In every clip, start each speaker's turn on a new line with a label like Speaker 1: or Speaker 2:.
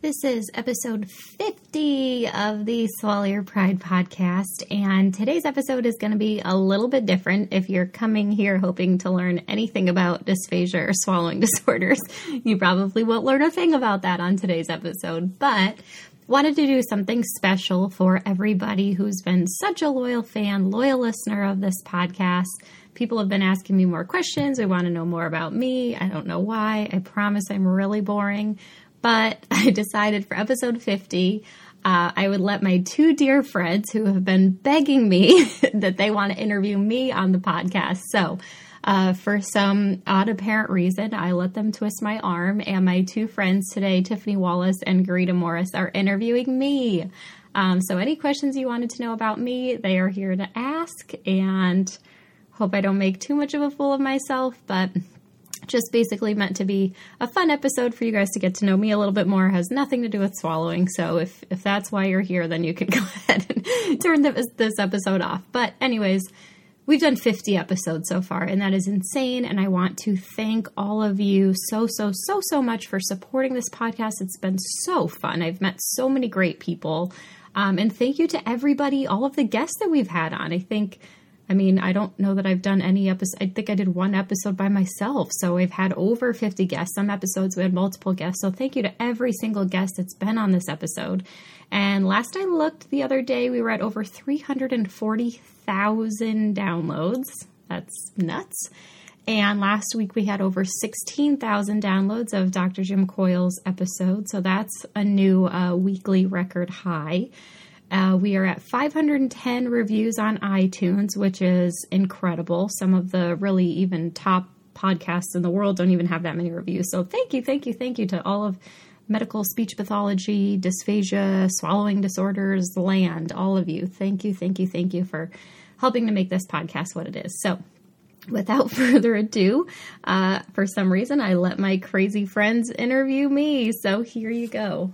Speaker 1: This is episode 50 of the Swallow Your Pride podcast, and today's episode is going to be a little bit different. If you're coming here hoping to learn anything about dysphagia or swallowing disorders, you probably won't learn a thing about that on today's episode, but wanted to do something special for everybody who's been such a loyal fan, loyal listener of this podcast. People have been asking me more questions. They want to know more about me. I don't know why. I promise I'm really boring. But I decided for episode 50, uh, I would let my two dear friends who have been begging me that they want to interview me on the podcast. So, uh, for some odd apparent reason, I let them twist my arm, and my two friends today, Tiffany Wallace and Garita Morris, are interviewing me. Um, so, any questions you wanted to know about me, they are here to ask, and hope I don't make too much of a fool of myself, but just basically meant to be a fun episode for you guys to get to know me a little bit more. It has nothing to do with swallowing. So if, if that's why you're here, then you can go ahead and turn the, this episode off. But, anyways, we've done 50 episodes so far, and that is insane. And I want to thank all of you so, so, so, so much for supporting this podcast. It's been so fun. I've met so many great people. Um, and thank you to everybody, all of the guests that we've had on. I think. I mean, I don't know that I've done any episode. I think I did one episode by myself. So I've had over 50 guests. Some episodes we had multiple guests. So thank you to every single guest that's been on this episode. And last I looked the other day, we were at over 340,000 downloads. That's nuts. And last week we had over 16,000 downloads of Dr. Jim Coyle's episode. So that's a new uh, weekly record high. Uh, we are at 510 reviews on iTunes, which is incredible. Some of the really even top podcasts in the world don't even have that many reviews. So thank you, thank you, thank you to all of medical speech pathology, dysphagia, swallowing disorders, land, all of you. Thank you, thank you, thank you for helping to make this podcast what it is. So without further ado, uh, for some reason, I let my crazy friends interview me. So here you go.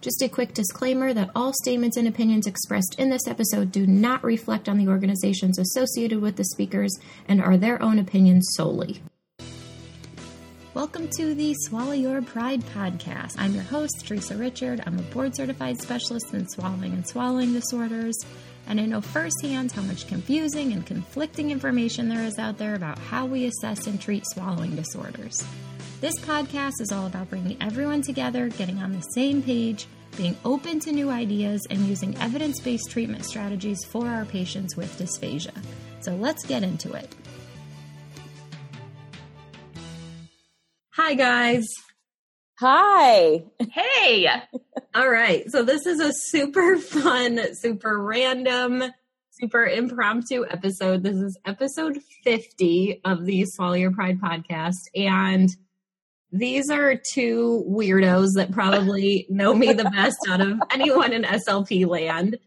Speaker 1: Just a quick disclaimer that all statements and opinions expressed in this episode do not reflect on the organizations associated with the speakers and are their own opinions solely. Welcome to the Swallow Your Pride podcast. I'm your host, Teresa Richard. I'm a board certified specialist in swallowing and swallowing disorders, and I know firsthand how much confusing and conflicting information there is out there about how we assess and treat swallowing disorders. This podcast is all about bringing everyone together, getting on the same page, being open to new ideas, and using evidence based treatment strategies for our patients with dysphagia. So let's get into it. Hi, guys.
Speaker 2: Hi.
Speaker 3: Hey.
Speaker 1: all right. So, this is a super fun, super random, super impromptu episode. This is episode 50 of the Swallow Your Pride podcast. And these are two weirdos that probably know me the best out of anyone in SLP land.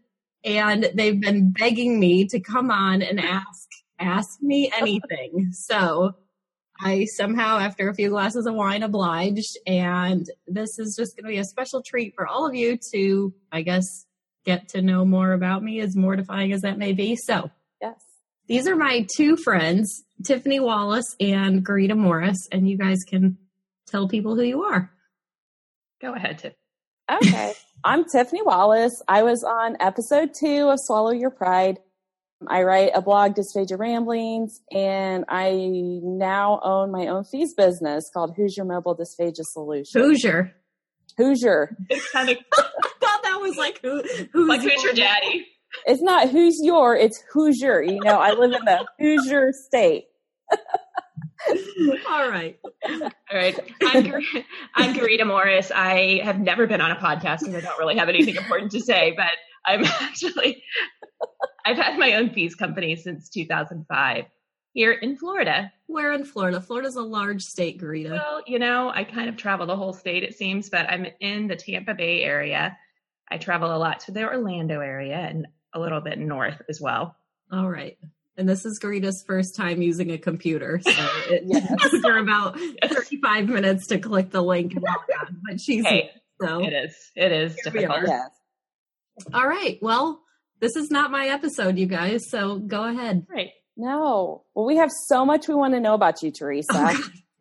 Speaker 1: And they've been begging me to come on and ask ask me anything. So I somehow, after a few glasses of wine, obliged. And this is just going to be a special treat for all of you to, I guess, get to know more about me, as mortifying as that may be. So,
Speaker 2: yes.
Speaker 1: These are my two friends, Tiffany Wallace and Garita Morris, and you guys can tell people who you are.
Speaker 3: Go ahead, Tiff.
Speaker 2: Okay. I'm Tiffany Wallace. I was on episode two of Swallow Your Pride. I write a blog, Dysphagia Ramblings, and I now own my own fees business called Hoosier Mobile Dysphagia Solution.
Speaker 1: Hoosier.
Speaker 2: Hoosier.
Speaker 3: It's kind of
Speaker 1: thought that was like who,
Speaker 3: who's like who's your daddy?
Speaker 2: It's not who's your, it's Hoosier. You know, I live in the Hoosier state.
Speaker 1: All right. All
Speaker 3: right. I'm, Gar- I'm Garita Morris. I have never been on a podcast because I don't really have anything important to say, but I'm actually, I've had my own fees company since 2005 here in Florida.
Speaker 1: We're in Florida. Florida's a large state, Garita.
Speaker 3: Well, you know, I kind of travel the whole state, it seems, but I'm in the Tampa Bay area. I travel a lot to the Orlando area and a little bit north as well.
Speaker 1: All right and this is Garita's first time using a computer, so it yes. took her about yes. 35 minutes to click the link and log on. But she's
Speaker 3: hey, here, so it is it is difficult. Yes.
Speaker 1: All right, well, this is not my episode, you guys. So go ahead.
Speaker 3: Right?
Speaker 2: No, well, we have so much we want to know about you, Teresa.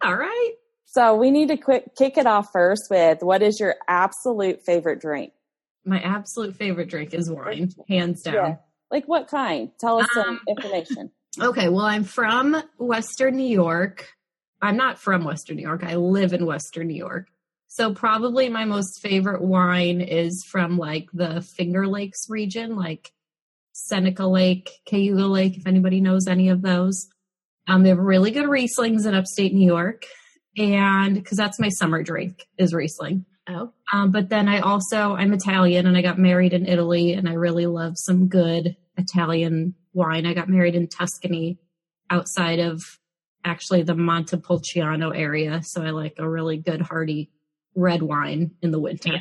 Speaker 1: All right.
Speaker 2: So we need to quick kick it off first with what is your absolute favorite drink?
Speaker 1: My absolute favorite drink is wine, hands down.
Speaker 2: Yeah. Like what kind? Tell us some
Speaker 1: Um,
Speaker 2: information.
Speaker 1: Okay, well, I'm from Western New York. I'm not from Western New York. I live in Western New York. So probably my most favorite wine is from like the Finger Lakes region, like Seneca Lake, Cayuga Lake, if anybody knows any of those. Um, they have really good Rieslings in upstate New York. And because that's my summer drink is Riesling.
Speaker 3: Oh.
Speaker 1: Um, but then I also, I'm Italian and I got married in Italy and I really love some good Italian wine. I got married in Tuscany outside of actually the Montepulciano area. So I like a really good hearty red wine in the winter.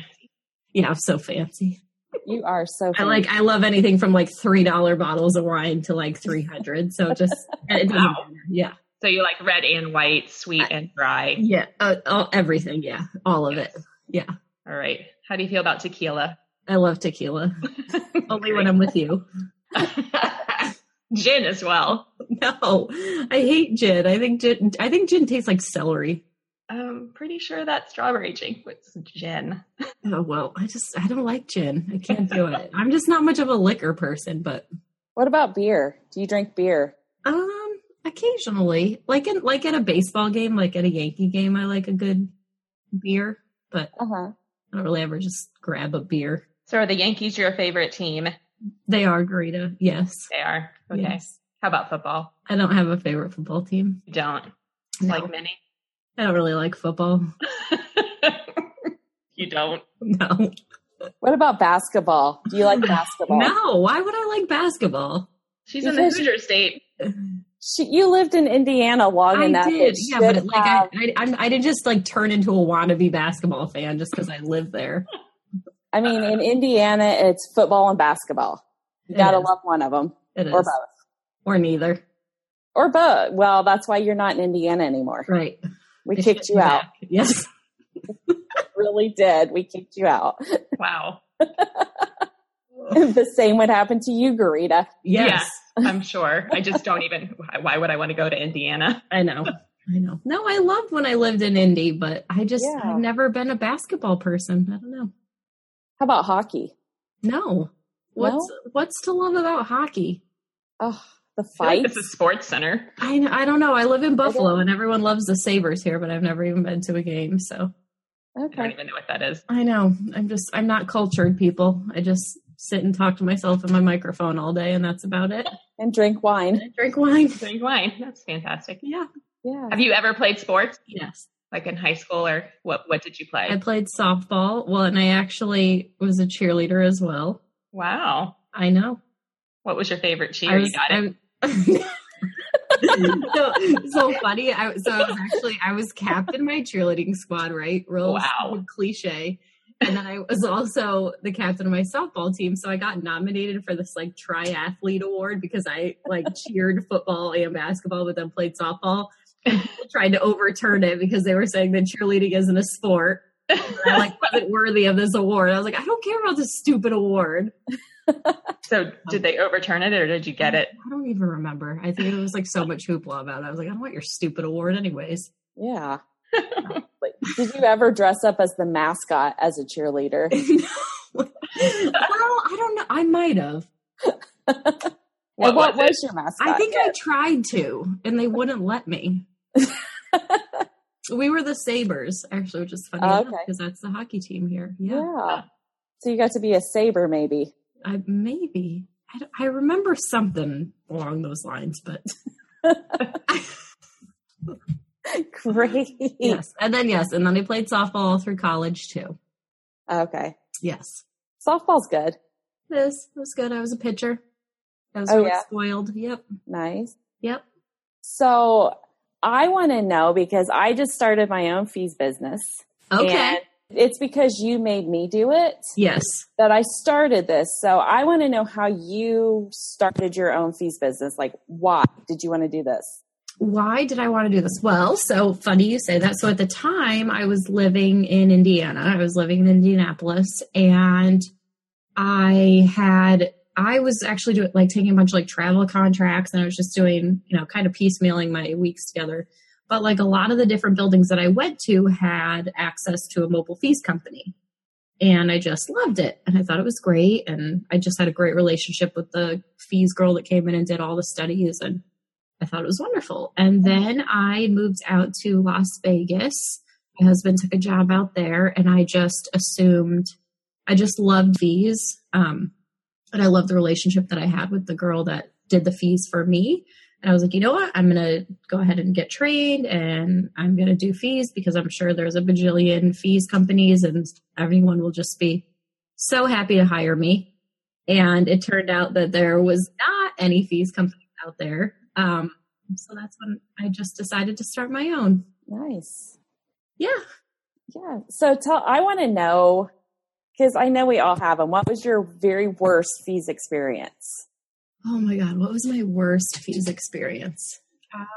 Speaker 1: Yeah, so fancy.
Speaker 2: You are so
Speaker 1: I like, I love anything from like $3 bottles of wine to like 300. So just, it doesn't
Speaker 3: Wow.
Speaker 1: matter. Yeah.
Speaker 3: So you like red and white, sweet and dry.
Speaker 1: Yeah. Uh, all, everything. Yeah. All of it. Yeah.
Speaker 3: All right. How do you feel about tequila?
Speaker 1: I love tequila. Only when I'm with you.
Speaker 3: Gin as well.
Speaker 1: No, I hate gin. I think gin. I think gin tastes like celery.
Speaker 3: I'm pretty sure that strawberry drink was gin.
Speaker 1: Oh well, I just I don't like gin. I can't do it. I'm just not much of a liquor person, but
Speaker 2: What about beer? Do you drink beer?
Speaker 1: um, occasionally, like in like at a baseball game, like at a Yankee game, I like a good beer, but
Speaker 2: Uh-huh.
Speaker 1: I don't really ever just grab a beer.
Speaker 3: So are the Yankees your favorite team?
Speaker 1: They are Garita, yes.
Speaker 3: They are. Okay.
Speaker 1: Yes.
Speaker 3: How about football?
Speaker 1: I don't have a favorite football team.
Speaker 3: You don't.
Speaker 1: No.
Speaker 3: Like many.
Speaker 1: I don't really like football.
Speaker 3: you don't.
Speaker 1: No.
Speaker 2: What about basketball? Do you like basketball?
Speaker 1: No, why would I like basketball?
Speaker 3: She's
Speaker 2: You
Speaker 3: in the
Speaker 2: guys-
Speaker 3: Hoosier State.
Speaker 2: She, you lived in Indiana long enough.
Speaker 1: I did,
Speaker 2: It
Speaker 1: yeah,
Speaker 2: should
Speaker 1: but like
Speaker 2: have-
Speaker 1: I, I, I'm- I did just like turn into a wannabe basketball fan just because I live there.
Speaker 2: I mean, in Indiana, it's football and basketball. You
Speaker 1: It
Speaker 2: gotta
Speaker 1: is.
Speaker 2: love one of them
Speaker 1: It is
Speaker 2: or both.
Speaker 1: or neither,
Speaker 2: Or both. Well, that's why you're not in Indiana anymore.
Speaker 1: right?
Speaker 2: We
Speaker 1: I
Speaker 2: kicked
Speaker 1: should
Speaker 2: you
Speaker 1: be
Speaker 2: out.
Speaker 1: back. Yes,
Speaker 2: Really did. We kicked you out.
Speaker 3: Wow.
Speaker 2: the same would happen to you, Garita.
Speaker 1: yes,
Speaker 3: I'm sure. I just don't even. Why would I want to go to Indiana?
Speaker 1: I know, I know. No, I loved when I lived in Indy, but I just
Speaker 2: Yeah.
Speaker 1: I've never been a basketball person. I don't know.
Speaker 2: How about hockey?
Speaker 1: No, what's what's to love about hockey?
Speaker 2: Oh, the
Speaker 3: I feel like
Speaker 2: fight.
Speaker 3: It's a sports center.
Speaker 1: I kn- I don't know. I live in Buffalo,
Speaker 2: don't-
Speaker 1: and everyone loves the Sabers here, but I've never even been to a game. So
Speaker 3: I don't
Speaker 2: Okay.
Speaker 3: even know what that is.
Speaker 1: I know. I'm just I'm not cultured people. I just sit and talk to myself in my microphone all day and that's about it.
Speaker 2: And drink wine.
Speaker 1: And drink wine.
Speaker 3: Drink wine. That's fantastic.
Speaker 1: Yeah.
Speaker 2: Yeah.
Speaker 3: Have you ever played sports,
Speaker 1: Yes.
Speaker 3: like in high school, or what? What did you
Speaker 1: I
Speaker 3: play?
Speaker 1: played softball. Well, and I actually was a cheerleader as well.
Speaker 3: Wow.
Speaker 1: I know.
Speaker 3: What was your favorite cheer?
Speaker 1: I was
Speaker 3: you got it.
Speaker 1: I'm- so, so funny. I, so I was actually I was captain my cheerleading squad, right? Real
Speaker 3: Wow.
Speaker 1: cliche. And then I was also the captain of my softball team, so I got nominated for this like triathlete award because I like cheered football and basketball, but then played softball. And people tried to overturn it because they were saying that cheerleading isn't a sport. And I like wasn't worthy of this award. I was like, I don't care about this stupid award.
Speaker 3: So did they overturn it, or did you get it?
Speaker 1: I don't even remember. I think it was like so much hoopla about it. I was like, I don't want your stupid award, anyways.
Speaker 2: Yeah. Like, did you ever dress up as the mascot as a cheerleader?
Speaker 1: well, I don't know. I might have.
Speaker 3: What
Speaker 2: and what
Speaker 3: was
Speaker 2: was,
Speaker 3: it?
Speaker 2: your mascot?
Speaker 1: I think
Speaker 2: Yeah.
Speaker 1: I tried to, and they wouldn't let me. we were the Sabers, actually, which is funny
Speaker 2: Oh,
Speaker 1: because
Speaker 2: okay.
Speaker 1: that's the hockey team here. Yeah,
Speaker 2: Yeah. So you got to be a saber, maybe.
Speaker 1: I, maybe. I, don't- I remember something along those lines, but
Speaker 2: Great.
Speaker 1: yes. And then, yes. And then I played softball all through college, too.
Speaker 2: Okay.
Speaker 1: Yes.
Speaker 2: Softball's good.
Speaker 1: This was good. I was a pitcher. I was
Speaker 2: Oh,
Speaker 1: really
Speaker 2: yeah?
Speaker 1: spoiled. Yep.
Speaker 2: Nice.
Speaker 1: Yep.
Speaker 2: So I want to know because I just started my own fees business.
Speaker 1: Okay.
Speaker 2: And it's because you made me do it
Speaker 1: Yes.
Speaker 2: that I started this. So I want to know how you started your own fees business. Like, why did you want to do this?
Speaker 1: Why did I want to do this? Well, so funny you say that. So at the time, I was living in Indiana. I was living in Indianapolis and I had, I was actually doing like taking a bunch of like travel contracts and I was just doing, you know, kind of piecemealing my weeks together. But like a lot of the different buildings that I went to had access to a mobile fees company. And I just loved it. And I thought it was great. And I just had a great relationship with the fees girl that came in and did all the studies. And I thought it was wonderful. And then I moved out to Las Vegas. My husband took a job out there. And I just assumed, I just loved fees. Um, and I loved the relationship that I had with the girl that did the fees for me. And I was like, you know what? I'm going to go ahead and get trained and I'm going to do fees because I'm sure there's a bajillion fees companies and everyone will just be so happy to hire me. And it turned out that there was not any fees companies out there. Um, so that's when I just decided to start my own.
Speaker 2: Nice.
Speaker 1: Yeah.
Speaker 2: Yeah. So tell, I want to know, because I know we all have them. What was your very worst fees experience?
Speaker 1: Oh my god, what was my worst fees experience? Um,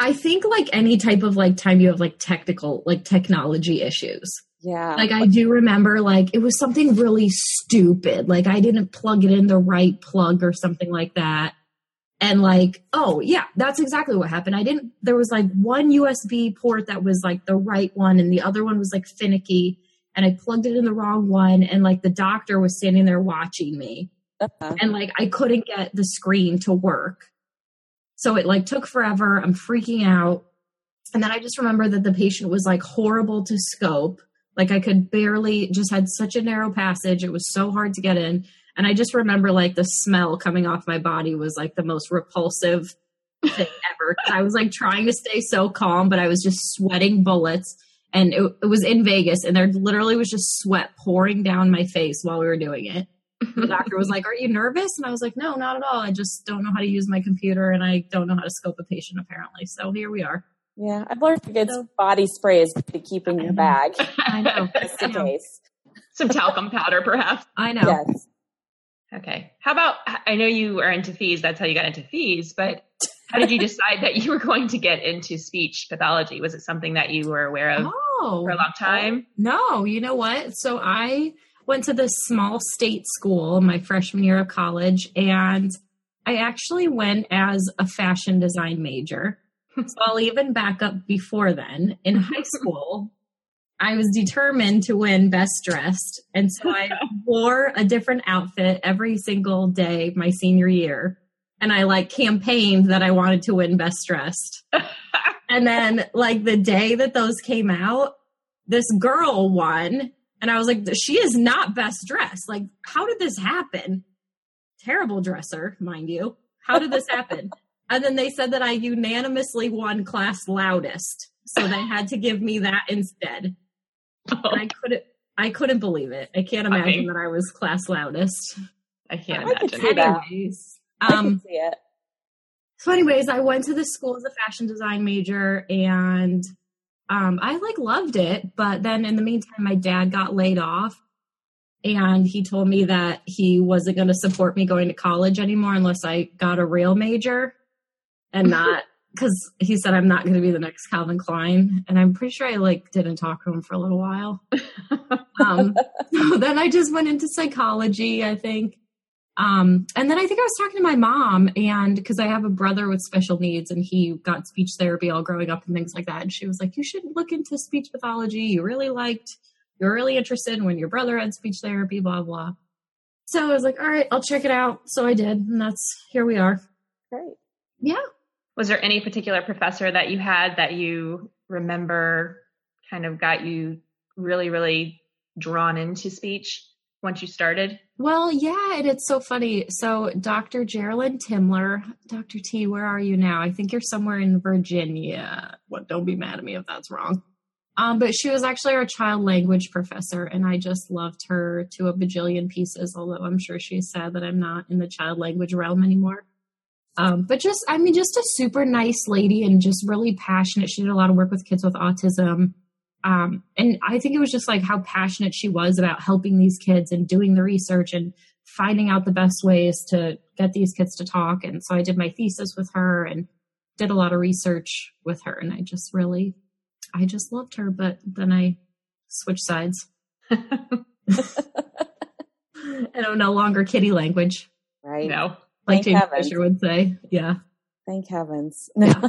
Speaker 1: I think like any type of like time you have like technical like technology issues.
Speaker 2: Yeah.
Speaker 1: Like I do remember like it was something really stupid. Like I didn't plug it in the right plug or something like that. And like, oh yeah, that's exactly what happened. I didn't there was like one USB port that was like the right one and the other one was like finicky and I plugged it in the wrong one and like the doctor was standing there watching me. Uh-huh. and like I couldn't get the screen to work. So it like took forever. I'm freaking out. And then I just remember that the patient was like horrible to scope. Like I could barely just had such a narrow passage. It was so hard to get in. And I just remember like the smell coming off my body was like the most repulsive thing ever. I was like trying to stay so calm, but I was just sweating bullets. And it, it was in Vegas, and there literally was just sweat pouring down my face while we were doing it the doctor was like, Are you nervous? And I was like, No, not at all. I just don't know how to use my computer and I don't know how to scope a patient, apparently. So here we are.
Speaker 2: Yeah, I've learned to get body spray is to keep in your bag.
Speaker 1: I know.
Speaker 2: Just in case.
Speaker 3: Some talcum powder, perhaps.
Speaker 1: I know.
Speaker 2: Yes.
Speaker 3: Okay. How about? I know you are into fees. That's how you got into fees. But how did you decide that you were going to get into speech pathology? Was it something that you were aware of
Speaker 1: oh,
Speaker 3: for a long time?
Speaker 1: No. You know what? So I went to this small state school my freshman year of college and i actually went as a fashion design major so i'll even back up before then in high school i was determined to win best dressed and so i wore a different outfit every single day my senior year and i like campaigned that i wanted to win best dressed and then like the day that those came out this girl won and I was like, she is not best dressed. Like, how did this happen? Terrible dresser, mind you. How did this happen? and then they said that I unanimously won class loudest. So they had to give me that instead.
Speaker 3: Oh,
Speaker 1: And I couldn't I couldn't believe it. I can't imagine that I was class loudest.
Speaker 3: I can't
Speaker 2: I could
Speaker 3: imagine.
Speaker 2: see that.
Speaker 1: Anyways.
Speaker 2: I can
Speaker 1: Um
Speaker 2: see it.
Speaker 1: so anyways, I went to the school as a fashion design major and um, I like loved it, but then in the meantime, my dad got laid off and he told me that he wasn't going to support me going to college anymore unless I got a real major and not because he said I'm not going to be the next Calvin Klein. And I'm pretty sure I like didn't talk to him for a little while. um, so then I just went into psychology, I think. Um, and then I think I was talking to my mom, and because I have a brother with special needs, and he got speech therapy all growing up and things like that. And she was like, "You should look into speech pathology. You really liked, you're really interested when your brother had speech therapy, blah blah." So I was like, "All right, I'll check it out." So I did, and that's here we are.
Speaker 2: Great.
Speaker 1: Yeah,
Speaker 3: Was there any particular professor that you had that you remember kind of got you really, really drawn into speech once you started?
Speaker 1: Well, yeah, and it's so funny. So, Dr. Geraldine Timler, Dr. T, where are you now? I think you're somewhere in Virginia. What? Don't be mad at me if that's wrong. Um, but she was actually our child language professor, and I just loved her to a bajillion pieces. Although I'm sure she's sad that I'm not in the child language realm anymore. Um, but just, I mean, just a super nice lady and just really passionate. She did a lot of work with kids with autism um, and I think it was just like how passionate she was about helping these kids and doing the research and finding out the best ways to get these kids to talk. And so I did my thesis with her and did a lot of research with her. And I just really, I just loved her. But then I switched sides and I'm no longer kitty language,
Speaker 2: Right.
Speaker 3: no.
Speaker 1: like
Speaker 2: Thank
Speaker 1: James
Speaker 2: heavens.
Speaker 1: Fisher would say. Yeah.
Speaker 2: Thank heavens.
Speaker 1: Yeah.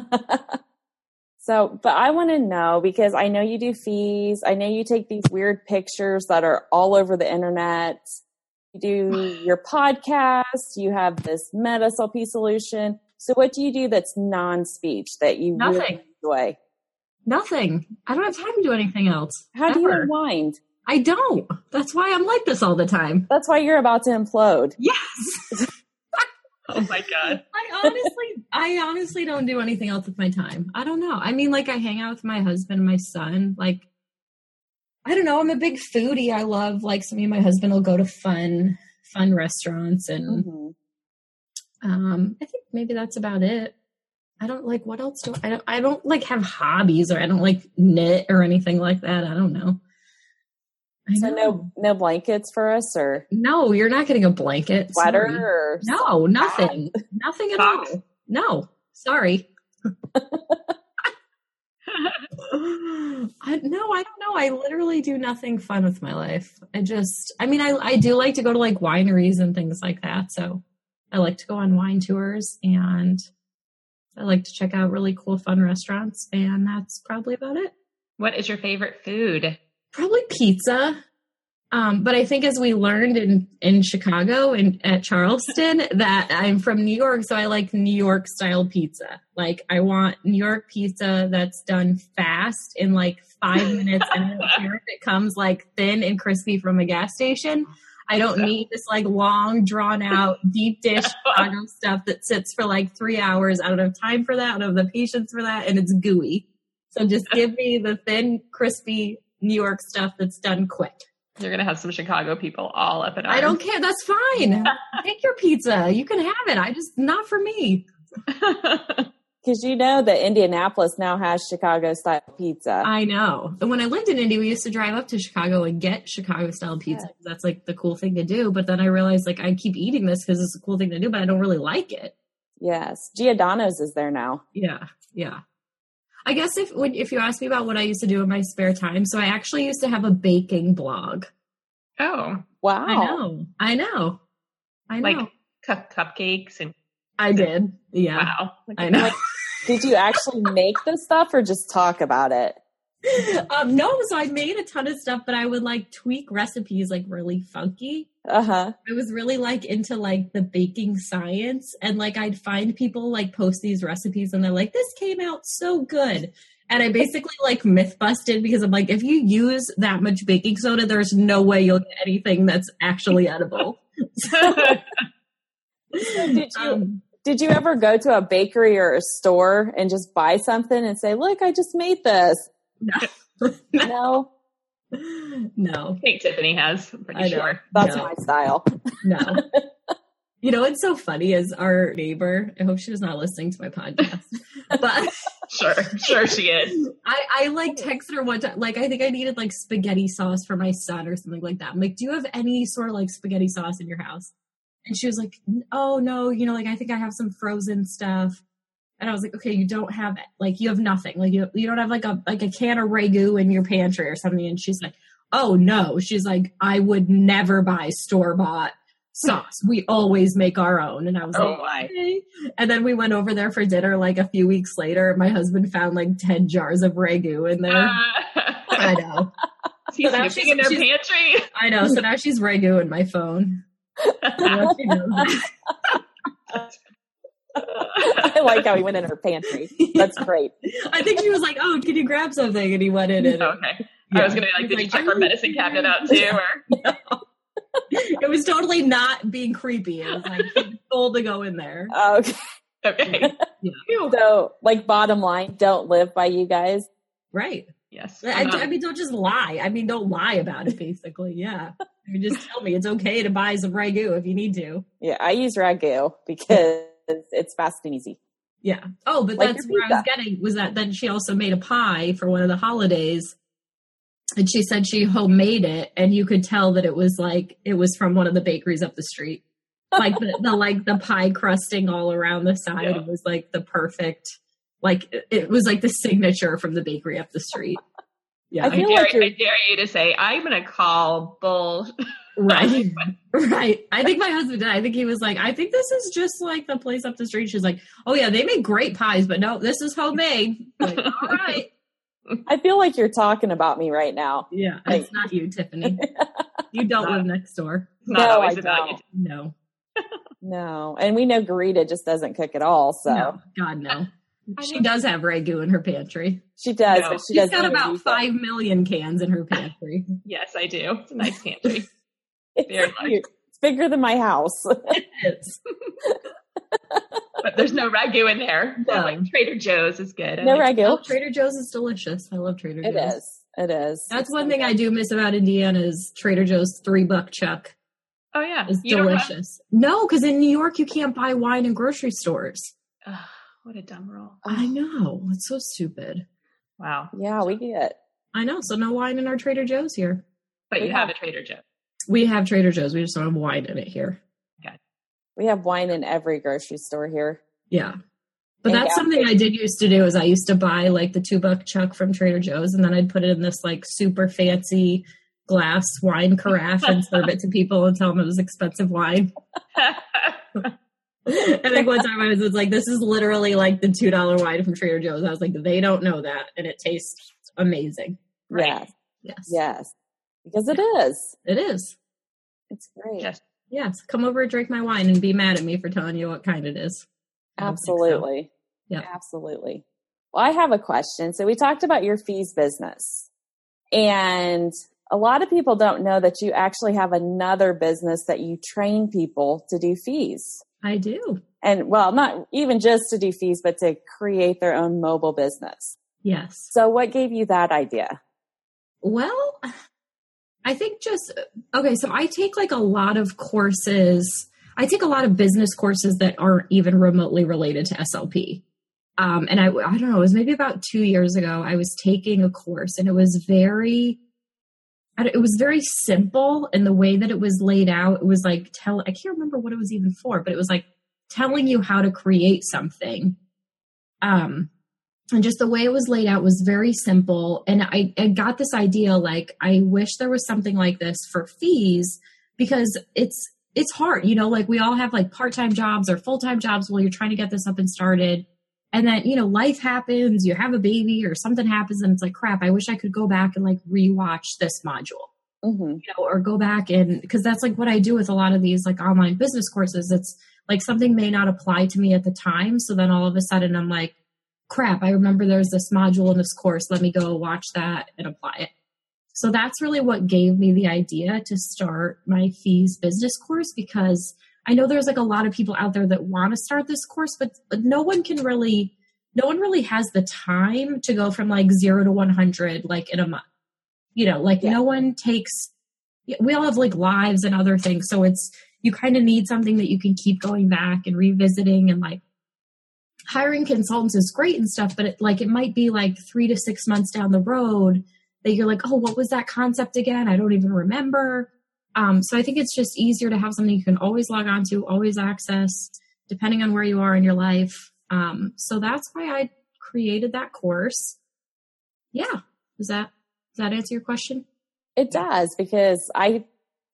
Speaker 2: So, but I want to know because I know you do fees. I know you take these weird pictures that are all over the internet. You do your podcast. You have this meta SLP solution. So, what do you do that's non-speech that you
Speaker 3: Nothing.
Speaker 2: really enjoy?
Speaker 1: Nothing. I don't have time to do anything else.
Speaker 2: How do you
Speaker 1: Ever.
Speaker 2: unwind?
Speaker 1: I don't. That's why I'm like this all the time.
Speaker 2: That's why you're about to implode.
Speaker 1: Yes.
Speaker 3: Oh my god.
Speaker 1: I honestly, I honestly don't do anything else with my time. I don't know. I mean, like I hang out with my husband and my son. Like, I don't know. I'm a big foodie. I love like so me and my husband will go to fun, fun restaurants, and
Speaker 2: Mhm.
Speaker 1: um, I think maybe that's about it. I don't like what else do I don't I don't like have hobbies or I don't like knit or anything like that. I don't know. I
Speaker 2: So,
Speaker 1: know.
Speaker 2: no, no blankets for us or
Speaker 1: No, you're not getting a blanket.
Speaker 2: sweater
Speaker 1: Sorry.
Speaker 2: or
Speaker 1: No, nothing. Nothing at
Speaker 3: Socks.
Speaker 1: all. No, sorry. I, no, I don't know. I literally do nothing fun with my life. I just, I mean, I, I do like to go to like wineries and things like that. So I like to go on wine tours and I like to check out really cool, fun restaurants. And that's probably about it.
Speaker 3: What is your favorite food?
Speaker 1: Probably pizza. Um, but I think as we learned in, in Chicago and at Charleston that I'm from New York, so I like New York style pizza. Like I want New York pizza that's done fast in like five minutes and I don't care if it comes like thin and crispy from a gas station. I don't need this like long drawn out deep dish Chicago stuff that sits for like three hours. I don't have time for that. I don't have the patience for that. And it's gooey. So just give me the thin, crispy New York stuff that's done quick.
Speaker 3: You're gonna have some Chicago people all up in arms.
Speaker 1: I don't care. That's fine. Take your pizza. You can have it. I just not for me.
Speaker 2: because you know that Indianapolis now has Chicago style pizza.
Speaker 1: I know. And when I lived in Indy, we used to drive up to Chicago and get Chicago style pizza. That's like the cool thing to do. But then I realized like I keep eating this because it's a cool thing to do, but I don't really like it.
Speaker 2: yes, Giordano's is there now.
Speaker 1: Yeah, yeah. I guess if when, if you ask me about what I used to do in my spare time, so I actually used to have a baking blog.
Speaker 3: oh,
Speaker 2: Wow,
Speaker 1: I know. I know. I know.
Speaker 3: like cup cupcakes and
Speaker 1: I did. Yeah.
Speaker 3: wow. Like,
Speaker 1: I know.
Speaker 2: did you actually make the stuff or just talk about it?
Speaker 1: um, no, so I made a ton of stuff, but I would like tweak recipes like really funky.
Speaker 2: Uh huh.
Speaker 1: I was really like into like the baking science and like I'd find people like post these recipes and they're like, this came out so good. And I basically like myth busted because I'm like, if you use that much baking soda, there's no way you'll get anything that's actually edible.
Speaker 2: Did you
Speaker 1: Um,
Speaker 2: did you ever go to a bakery or a store and just buy something and say, "Look, I just made this"? No,
Speaker 1: no.
Speaker 3: I think Tiffany has. I'm pretty
Speaker 1: I know.
Speaker 3: sure.
Speaker 2: that's
Speaker 1: No.
Speaker 2: my style.
Speaker 1: No. you know what's so funny is our neighbor, I hope she was not listening to my podcast. But
Speaker 3: Sure, sure she is.
Speaker 1: I, I like texted her one time like I think I needed like spaghetti sauce for my son or something like that. I'm like, do you have any sort of like spaghetti sauce in your house? And she was like, Oh no, you know, like I think I have some frozen stuff. And I was like, okay, you don't have like you have nothing. Like you you don't have like a like a can of ragu in your pantry or something. And she's like, oh no. She's like, I would never buy store bought sauce. We always make our own. And I was
Speaker 3: Oh
Speaker 1: like,
Speaker 3: my.
Speaker 1: okay. And then we went over there for dinner like a few weeks later. My husband found like ten jars of ragu in there.
Speaker 3: Uh,
Speaker 1: I know,
Speaker 3: she's
Speaker 1: So now
Speaker 3: snooping in
Speaker 1: she's-
Speaker 3: their pantry.
Speaker 1: I know. So now she's ragu in my phone. Now she knows that.
Speaker 2: I like how he went in her pantry. That's great.
Speaker 1: I think she was like, "Oh, can you grab something?" And he went in and
Speaker 3: okay. I was gonna be like, did you check her
Speaker 1: I'm-
Speaker 3: medicine cabinet out too? Or
Speaker 1: it was totally not being creepy. It was like bold to go in there.
Speaker 2: Okay.
Speaker 3: okay.
Speaker 2: Uh, So, like, bottom line, don't live by you guys.
Speaker 1: Right.
Speaker 3: Yes.
Speaker 1: I,
Speaker 3: Um,
Speaker 1: I mean, don't just lie. I mean, don't lie about it. Basically, yeah. I mean, just tell me it's okay to buy some ragu if you need to.
Speaker 2: Yeah, I use ragu because it's fast and easy.
Speaker 1: Yeah. Oh, but
Speaker 2: Like
Speaker 1: that's
Speaker 2: your
Speaker 1: where I was getting was that then she also made a pie for one of the holidays. And she said she homemade it and you could tell that it was like it was from one of the bakeries up the street. Like the, the like the pie crusting all around the side
Speaker 3: Yeah.
Speaker 1: was like the perfect like it- it was like the signature from the bakery up the street. Yeah.
Speaker 2: I
Speaker 3: Um, I
Speaker 2: feel
Speaker 3: dare,
Speaker 2: like you're-
Speaker 3: I dare you to say, I'm going to call bull
Speaker 1: Right. right. I think my husband did. I think he was like, I think this is just like the place up the street. She's like, oh yeah, they make great pies, but no, this is homemade. Like, all right.
Speaker 2: I feel like you're talking about me right now.
Speaker 1: Yeah. It's not you, Tiffany. You don't live next door.
Speaker 3: It's not
Speaker 2: No,
Speaker 3: always
Speaker 2: I
Speaker 3: about you.
Speaker 2: don't.
Speaker 1: No.
Speaker 2: No, and we know Garita just doesn't cook at all, so
Speaker 1: No. God, no.
Speaker 3: I
Speaker 1: She
Speaker 3: know.
Speaker 1: does have ragu in her pantry.
Speaker 2: she does,
Speaker 3: No.
Speaker 2: but she
Speaker 1: She's
Speaker 2: doesn't
Speaker 1: got
Speaker 2: ever
Speaker 1: about
Speaker 2: use it.
Speaker 1: five million cans in her pantry.
Speaker 3: Yes, I do. It's a nice pantry. Very
Speaker 2: It's,
Speaker 3: large.
Speaker 2: cute. It's bigger than my house.
Speaker 1: It's-
Speaker 3: but there's no ragu in there.
Speaker 1: No.
Speaker 3: Not Like Trader Joe's is good. I
Speaker 2: no
Speaker 3: like-
Speaker 1: oh,
Speaker 2: ragu.
Speaker 1: Trader Joe's is delicious. I love Trader
Speaker 2: It
Speaker 1: Joe's.
Speaker 2: is. It is.
Speaker 1: That's
Speaker 2: It's
Speaker 1: one
Speaker 2: so
Speaker 1: thing
Speaker 2: good.
Speaker 1: I do miss about Indiana is Trader Joe's three buck chuck
Speaker 3: Oh yeah,
Speaker 1: is
Speaker 3: You don't have-
Speaker 1: delicious. No, because in New York you can't buy wine in grocery stores.
Speaker 3: Ugh, what a dumb rule.
Speaker 1: I know. It's so stupid.
Speaker 3: Wow.
Speaker 2: Yeah, we get.
Speaker 1: I know. So no wine in our Trader Joe's here.
Speaker 3: But
Speaker 2: We
Speaker 3: you have a
Speaker 2: have-
Speaker 3: Trader Joe.
Speaker 1: We have Trader Joe's. We just don't have wine in it here.
Speaker 2: We have wine in every grocery store here.
Speaker 1: Yeah. But
Speaker 2: And
Speaker 1: that's
Speaker 2: gas
Speaker 1: something I did used to do is I used to buy like the two buck chuck from Trader Joe's and then I'd put it in this like super fancy glass wine carafe and serve it to people and tell them it was expensive wine. I think one time I was, was like, this is literally like the two dollar wine from Trader Joe's. I was like, they don't know that, and it tastes amazing.
Speaker 3: Right.
Speaker 2: Yes,
Speaker 1: Yes,
Speaker 2: yes, because it is.
Speaker 1: it is.
Speaker 2: It's great.
Speaker 3: Yes.
Speaker 1: Yes, come over and drink my wine and be mad at me for telling you what kind it is. I don't think so.
Speaker 2: Absolutely.
Speaker 1: Yeah.
Speaker 2: Absolutely. Well, I have a question. So we talked about your fees business and a lot of people don't know that you actually have another business that you train people to do fees.
Speaker 1: I do.
Speaker 2: And well, not even just to do fees, but to create their own mobile business.
Speaker 1: Yes.
Speaker 2: So what gave you that idea?
Speaker 1: Well, I think just okay. So I take like a lot of courses. I take a lot of business courses that aren't even remotely related to SLP. Um, and I, I don't know, it was maybe about two years ago. I was taking a course, and it was very, I don't- it was very simple in the way that it was laid out. It was like tell. I can't remember what it was even for, but it was like telling you how to create something. Um, and just the way it was laid out was very simple and I, I got this idea like i wish there was something like this for fees because it's it's hard you know like we all have like part-time jobs or full-time jobs while you're trying to get this up and started and then you know life happens you have a baby or something happens and it's like crap i wish i could go back and like rewatch this module
Speaker 2: hmm
Speaker 1: you know, or go back and because that's like what I do with a lot of these like online business courses. It's like something may not apply to me at the time. So then all of a sudden I'm like, crap, I remember there's this module in this course. Let me go watch that and apply it. So that's really what gave me the idea to start my fees business course because I know there's like a lot of people out there that want to start this course, but, but no one can really, no one really has the time to go from like zero to 100 like in a month. You know, like
Speaker 2: Yeah.
Speaker 1: no one takes, we all have like lives and other things. So it's, you kind of need something that you can keep going back and revisiting and like, hiring consultants is great and stuff but it, like it might be like three to six months down the road that you're like, oh, what was that concept again? I don't even remember. Um, so I think it's just easier to have something you can always log on to, always access, depending on where you are in your life. Um, so that's why I created that course. Yeah. Does that does that answer your question?
Speaker 2: It does because I,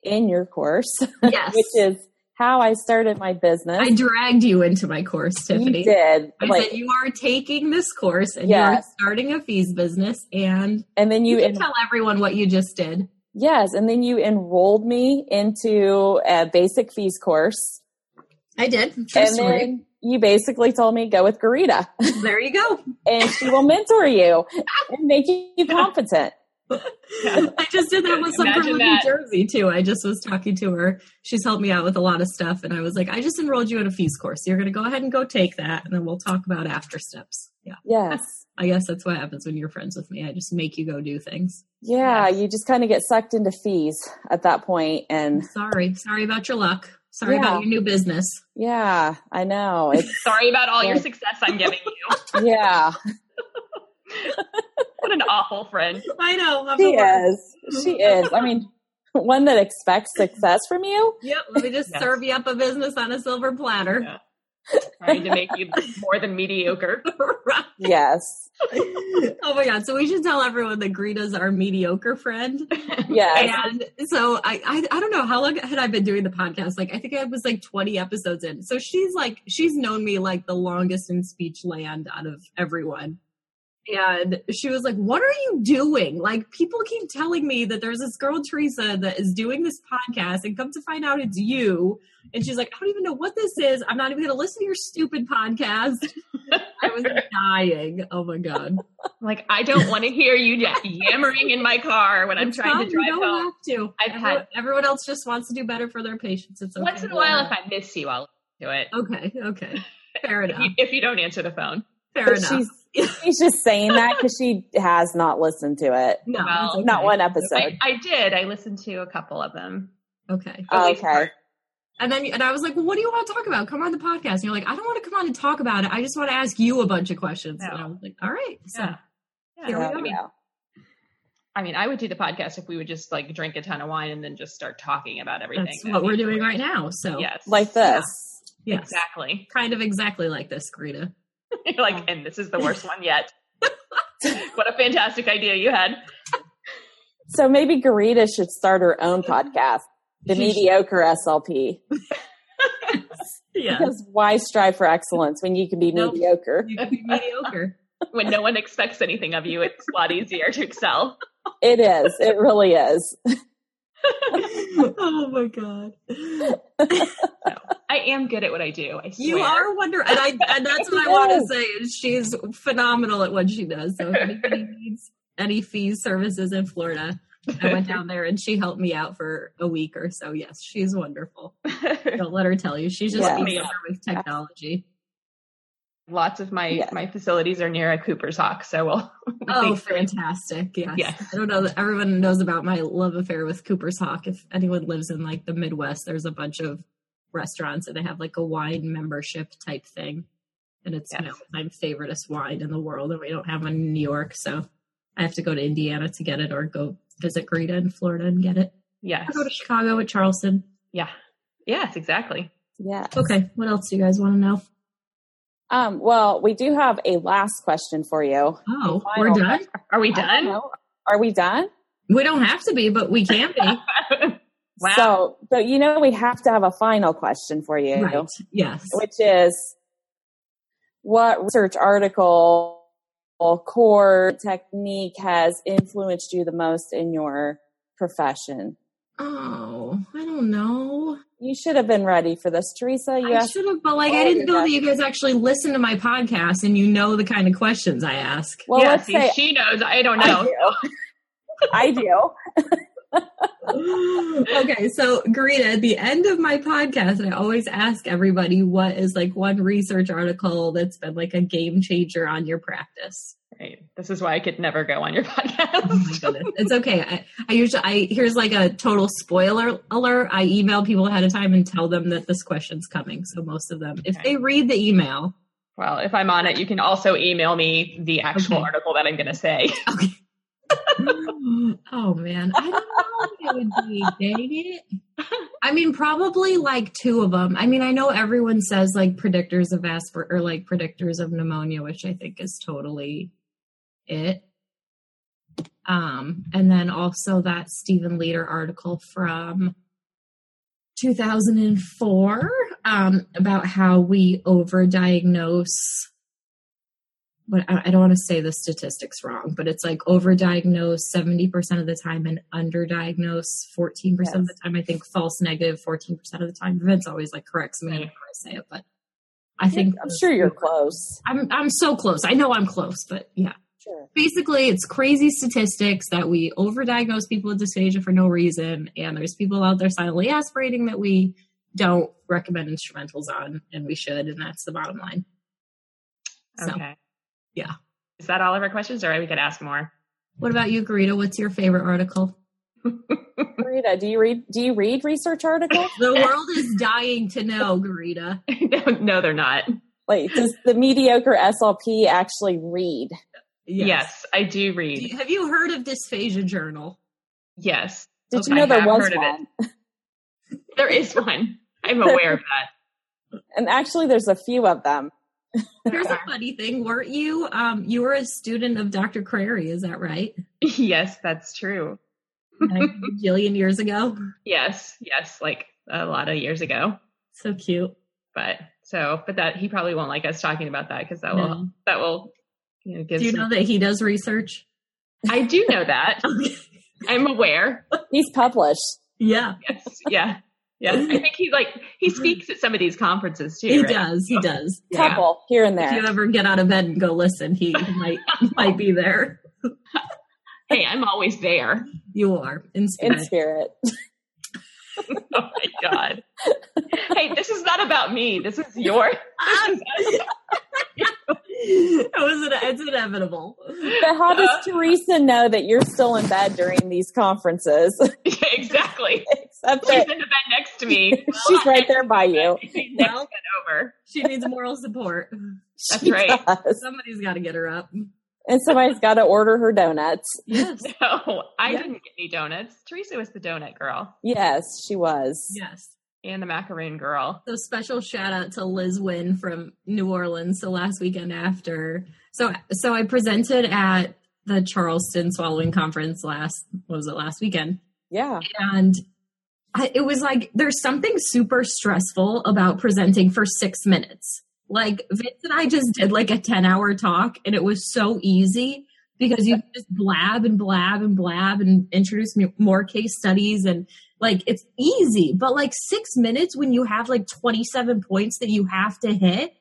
Speaker 2: in your course,
Speaker 1: Yes.
Speaker 2: which is how I started my business.
Speaker 1: I dragged you into my course, Tiffany.
Speaker 2: you did.
Speaker 1: I
Speaker 2: like,
Speaker 1: said you are taking this course and you are
Speaker 2: Yes.
Speaker 1: starting a fees business and
Speaker 2: and then
Speaker 1: you,
Speaker 2: you,
Speaker 1: can
Speaker 2: en-
Speaker 1: tell everyone what you just did.
Speaker 2: yes, and then you enrolled me into a basic fees course,
Speaker 1: I did. True
Speaker 2: and
Speaker 1: story.
Speaker 2: then you basically told me go with Garita,
Speaker 1: there you go.
Speaker 2: and she will mentor you and make you competent.
Speaker 3: Yeah.
Speaker 1: I just did that with some girl
Speaker 3: Imagine
Speaker 1: in New
Speaker 3: that.
Speaker 1: Jersey too. I just was talking to her. She's helped me out with a lot of stuff, and I was like, "I just enrolled you in a fees course. You're going to go ahead and go take that, and then we'll talk about after steps." Yeah,
Speaker 2: Yes,
Speaker 1: I guess that's what happens when you're friends with me. I just make you go do things.
Speaker 2: yeah,
Speaker 3: Yes.
Speaker 2: you just kind of get sucked into fees at that point, and
Speaker 1: Sorry, sorry about your luck. Sorry
Speaker 2: Yeah.
Speaker 1: about your new business.
Speaker 2: yeah, I know it's
Speaker 3: Sorry about all your
Speaker 2: Yeah.
Speaker 3: success I'm giving you.
Speaker 2: yeah,
Speaker 3: What an awful friend.
Speaker 1: I know. I'm
Speaker 2: she
Speaker 1: the worst.
Speaker 2: is, she is. I mean, one that expects success from you.
Speaker 1: Yep. Let me just
Speaker 3: Yes.
Speaker 1: serve you up a business on a silver platter.
Speaker 3: Yeah. Trying to make you more than mediocre.
Speaker 1: right.
Speaker 2: Yes.
Speaker 1: oh my god! So we should tell everyone that Greta's our mediocre friend.
Speaker 2: Yes.
Speaker 1: And so I, I, I don't know how long had I been doing the podcast. Like I think I was like 20 episodes in. So she's like she's known me like the longest in speech land out of everyone. And she was like, "What are you doing? Like people keep telling me that there's this girl Teresa that is doing this podcast, and come to find out it's you." And she's like, "I don't even know what this is. I'm not even going to listen to your stupid podcast." I was dying. Oh my god.
Speaker 3: Like, I don't want to hear you ya- yammering in my car when I'm
Speaker 1: It's
Speaker 3: trying
Speaker 1: fine.
Speaker 3: to drive
Speaker 1: You don't have
Speaker 3: home.
Speaker 1: to.
Speaker 3: I've
Speaker 1: everyone,
Speaker 3: had-
Speaker 1: everyone else just wants to do better for their patients. It's okay.
Speaker 3: Once in a while, if I miss you, I'll do it.
Speaker 1: Okay. Okay. Fair
Speaker 3: If you,
Speaker 1: enough.
Speaker 3: if you don't answer the phone.
Speaker 1: Fair
Speaker 2: But
Speaker 1: enough.
Speaker 2: she's she's just saying that because she has not listened to it.
Speaker 1: no,
Speaker 3: well,
Speaker 1: that's okay.
Speaker 2: Not one episode.
Speaker 3: I, I did. I listened to a couple of them.
Speaker 1: Okay.
Speaker 3: At least
Speaker 2: okay.
Speaker 1: And then and I was like, well, what do you want to talk about? Come on the podcast. And you're like, I don't want to come on and talk about it. I just want to ask you a bunch of questions.
Speaker 3: No.
Speaker 1: And I was like, all right. So
Speaker 3: Yeah. Yeah.
Speaker 1: Here we
Speaker 2: Yeah,
Speaker 1: go.
Speaker 2: yeah.
Speaker 3: I mean, I would do the podcast if we would just like drink a ton of wine and then just start talking about everything.
Speaker 1: that's what we're doing right now. So
Speaker 3: Yes.
Speaker 2: Like this.
Speaker 1: yes.
Speaker 3: Exactly.
Speaker 1: Kind of exactly like this, Greta.
Speaker 3: You're like, and this is the worst one yet. what a fantastic idea you had.
Speaker 2: So maybe Garita should start her own podcast, the
Speaker 1: She
Speaker 2: mediocre SLP.
Speaker 1: Yeah.
Speaker 2: Because why strive for excellence when you can be
Speaker 1: No.
Speaker 2: mediocre?
Speaker 1: You can be mediocre.
Speaker 3: When no one expects anything of you, it's a lot easier to excel.
Speaker 2: It is. It really is.
Speaker 1: oh my god.
Speaker 3: I am good at what I do. I swear.
Speaker 1: You are wonder, and I and that's what I want to say. Is she's phenomenal at what she does. So if anybody needs any fee services in Florida, I went down there and she helped me out for a week or so. Yes, she's wonderful. Don't let her tell you. She's just
Speaker 2: Yeah.
Speaker 1: beats her with technology.
Speaker 3: Lots of my
Speaker 2: Yes.
Speaker 3: my facilities are near a Cooper's Hawk, so we'll.
Speaker 1: Oh, fantastic! Yes.
Speaker 3: Yes.
Speaker 1: I don't know that everyone knows about my love affair with Cooper's Hawk. If anyone lives in like the Midwest, there's a bunch of restaurants and they have like a wine membership type thing, and it's you
Speaker 3: Yes.
Speaker 1: know my favoriteest wine in the world, and we don't have one in New York, so I have to go to Indiana to get it, or go visit Greta in Florida and get it. I
Speaker 3: Yes.
Speaker 1: go to Chicago at Charleston.
Speaker 3: Yeah. Yes. Exactly.
Speaker 2: Yeah.
Speaker 1: Okay, what else do you guys want to know?
Speaker 2: Um, well, we do have a last question for you.
Speaker 1: Oh,
Speaker 2: Final
Speaker 1: we're done.
Speaker 3: Are we
Speaker 2: I don't
Speaker 3: done?
Speaker 2: know. Are we done?
Speaker 1: We don't have to be, but we can be.
Speaker 3: Wow.
Speaker 2: So, but you know, we have to have a final question for you,
Speaker 1: right? Yes.
Speaker 2: which is what research article, core technique has influenced you the most in your profession?
Speaker 1: Oh, I don't know.
Speaker 2: You should have been ready for this, Teresa. You
Speaker 1: I
Speaker 2: asked
Speaker 1: should have, but like,
Speaker 2: Oh,
Speaker 1: I didn't
Speaker 2: you
Speaker 1: know
Speaker 2: got-
Speaker 1: that you guys actually listen to my podcast and you know the kind of questions I ask.
Speaker 2: Well,
Speaker 3: yeah,
Speaker 2: let's
Speaker 3: see,
Speaker 2: say
Speaker 3: she knows. I don't
Speaker 2: I
Speaker 3: know.
Speaker 2: do. I do.
Speaker 1: okay, so Garita, at the end of my podcast, I always ask everybody what is like one research article that's been like a game changer on your practice.
Speaker 3: Right. This is why I could never go on your
Speaker 1: Oh my
Speaker 3: podcast.
Speaker 1: goodness. It's okay. I, I usually I here's like a total spoiler alert. I email people ahead of time and tell them that this question's coming. So most of them, if
Speaker 3: Okay.
Speaker 1: they read the email,
Speaker 3: well, if I'm on it, you can also email me the actual
Speaker 1: Okay.
Speaker 3: article that I'm going to say.
Speaker 1: oh man, I don't know what it would be. Dang it! I mean, probably like two of them. I mean, I know everyone says like predictors of aspir or like predictors of pneumonia, which I think is totally it. Um, and then also that Stephen Leader article from 2004 um, about how we overdiagnose but I I don't want to say the statistics wrong, but it's like overdiagnosed 70% of the time and underdiagnosed 14% of the
Speaker 2: Yes.
Speaker 1: time. I think false negative 14% of the time. Vince always like corrects me whenever I say it, but I think
Speaker 2: I'm sure you're close.
Speaker 1: I'm, I'm so close. I know I'm close, but yeah.
Speaker 2: Sure.
Speaker 1: Basically, it's crazy statistics that we overdiagnose people with dysphagia for no reason, and there's people out there silently aspirating that we don't recommend instrumentals on, and we should, and that's the bottom line. So,
Speaker 3: Okay.
Speaker 1: Yeah.
Speaker 3: Is that all of our questions, or we could ask more?
Speaker 1: what about you, Garita? What's your favorite article?
Speaker 2: Rita, do you read do you read research articles?
Speaker 1: The world is dying to know, Garita.
Speaker 3: no, no, they're not.
Speaker 2: Like does the mediocre SLP actually read?
Speaker 3: Yes, I do
Speaker 1: Do
Speaker 3: read.
Speaker 1: you- have you heard of Dysphagia Journal?
Speaker 3: Yes,
Speaker 2: Did
Speaker 1: Okay,
Speaker 2: you know
Speaker 1: I
Speaker 2: there
Speaker 3: have
Speaker 2: was
Speaker 3: heard of it.
Speaker 2: one?
Speaker 3: there is one. I'm aware of that.
Speaker 2: And actually there's a few of them.
Speaker 1: Here's a funny thing. Weren't you? Um, you were a student of Dr. Crary, is that right?
Speaker 3: yes, that's true.
Speaker 1: Like a Jillion years ago.
Speaker 3: Yes, yes, like a lot of years ago.
Speaker 1: So cute.
Speaker 3: But so, but that he probably won't like us talking about that because that will
Speaker 1: No.
Speaker 3: that will Oh, you know give.
Speaker 1: Do you
Speaker 3: some-
Speaker 1: know that he does research?
Speaker 3: I do know that. I'm aware.
Speaker 2: He's published.
Speaker 1: yeah,
Speaker 3: Yes, yeah, yeah. I think he like he speaks at some of these conferences too.
Speaker 1: he
Speaker 3: right?
Speaker 1: does. He does.
Speaker 3: Yeah.
Speaker 2: Couple here and
Speaker 1: If you
Speaker 2: there.
Speaker 1: ever get out of bed and go listen, he might might be there.
Speaker 3: Hey, I'm always there.
Speaker 1: You are in spirit.
Speaker 2: In spirit.
Speaker 3: Oh my god. hey, this is not about me. This is your.
Speaker 1: Ah! it was an, it's inevitable.
Speaker 2: But how does Teresa know that you're still in bed during these conferences?
Speaker 3: Yeah, exactly.
Speaker 2: Except
Speaker 3: She's
Speaker 2: that
Speaker 3: in the bed next to me.
Speaker 2: she's right there by you.
Speaker 3: She's next bed over.
Speaker 1: She needs moral support.
Speaker 3: That's
Speaker 2: She
Speaker 3: right.
Speaker 2: does.
Speaker 1: Somebody's got to get her up.
Speaker 2: And somebody's got to order her donuts.
Speaker 1: Yes.
Speaker 3: No, I
Speaker 1: Yeah.
Speaker 3: didn't get any donuts. Teresa was the donut girl
Speaker 2: Yes, she was.
Speaker 1: Yes.
Speaker 3: and the macaroon girl.
Speaker 1: So special shout out to Liz Wynn from New Orleans. So last weekend after, so so I presented at the Charleston Swallowing Conference last what was it last weekend,
Speaker 2: Yeah.
Speaker 1: and I, it was like there's something super stressful about presenting for six minutes. Like Vince and I just did like a ten hour talk, and it was so easy because you just blab and blab and blab and introduce m- more case studies and like it's easy but like six minutes when you have like 27 points that you have to hit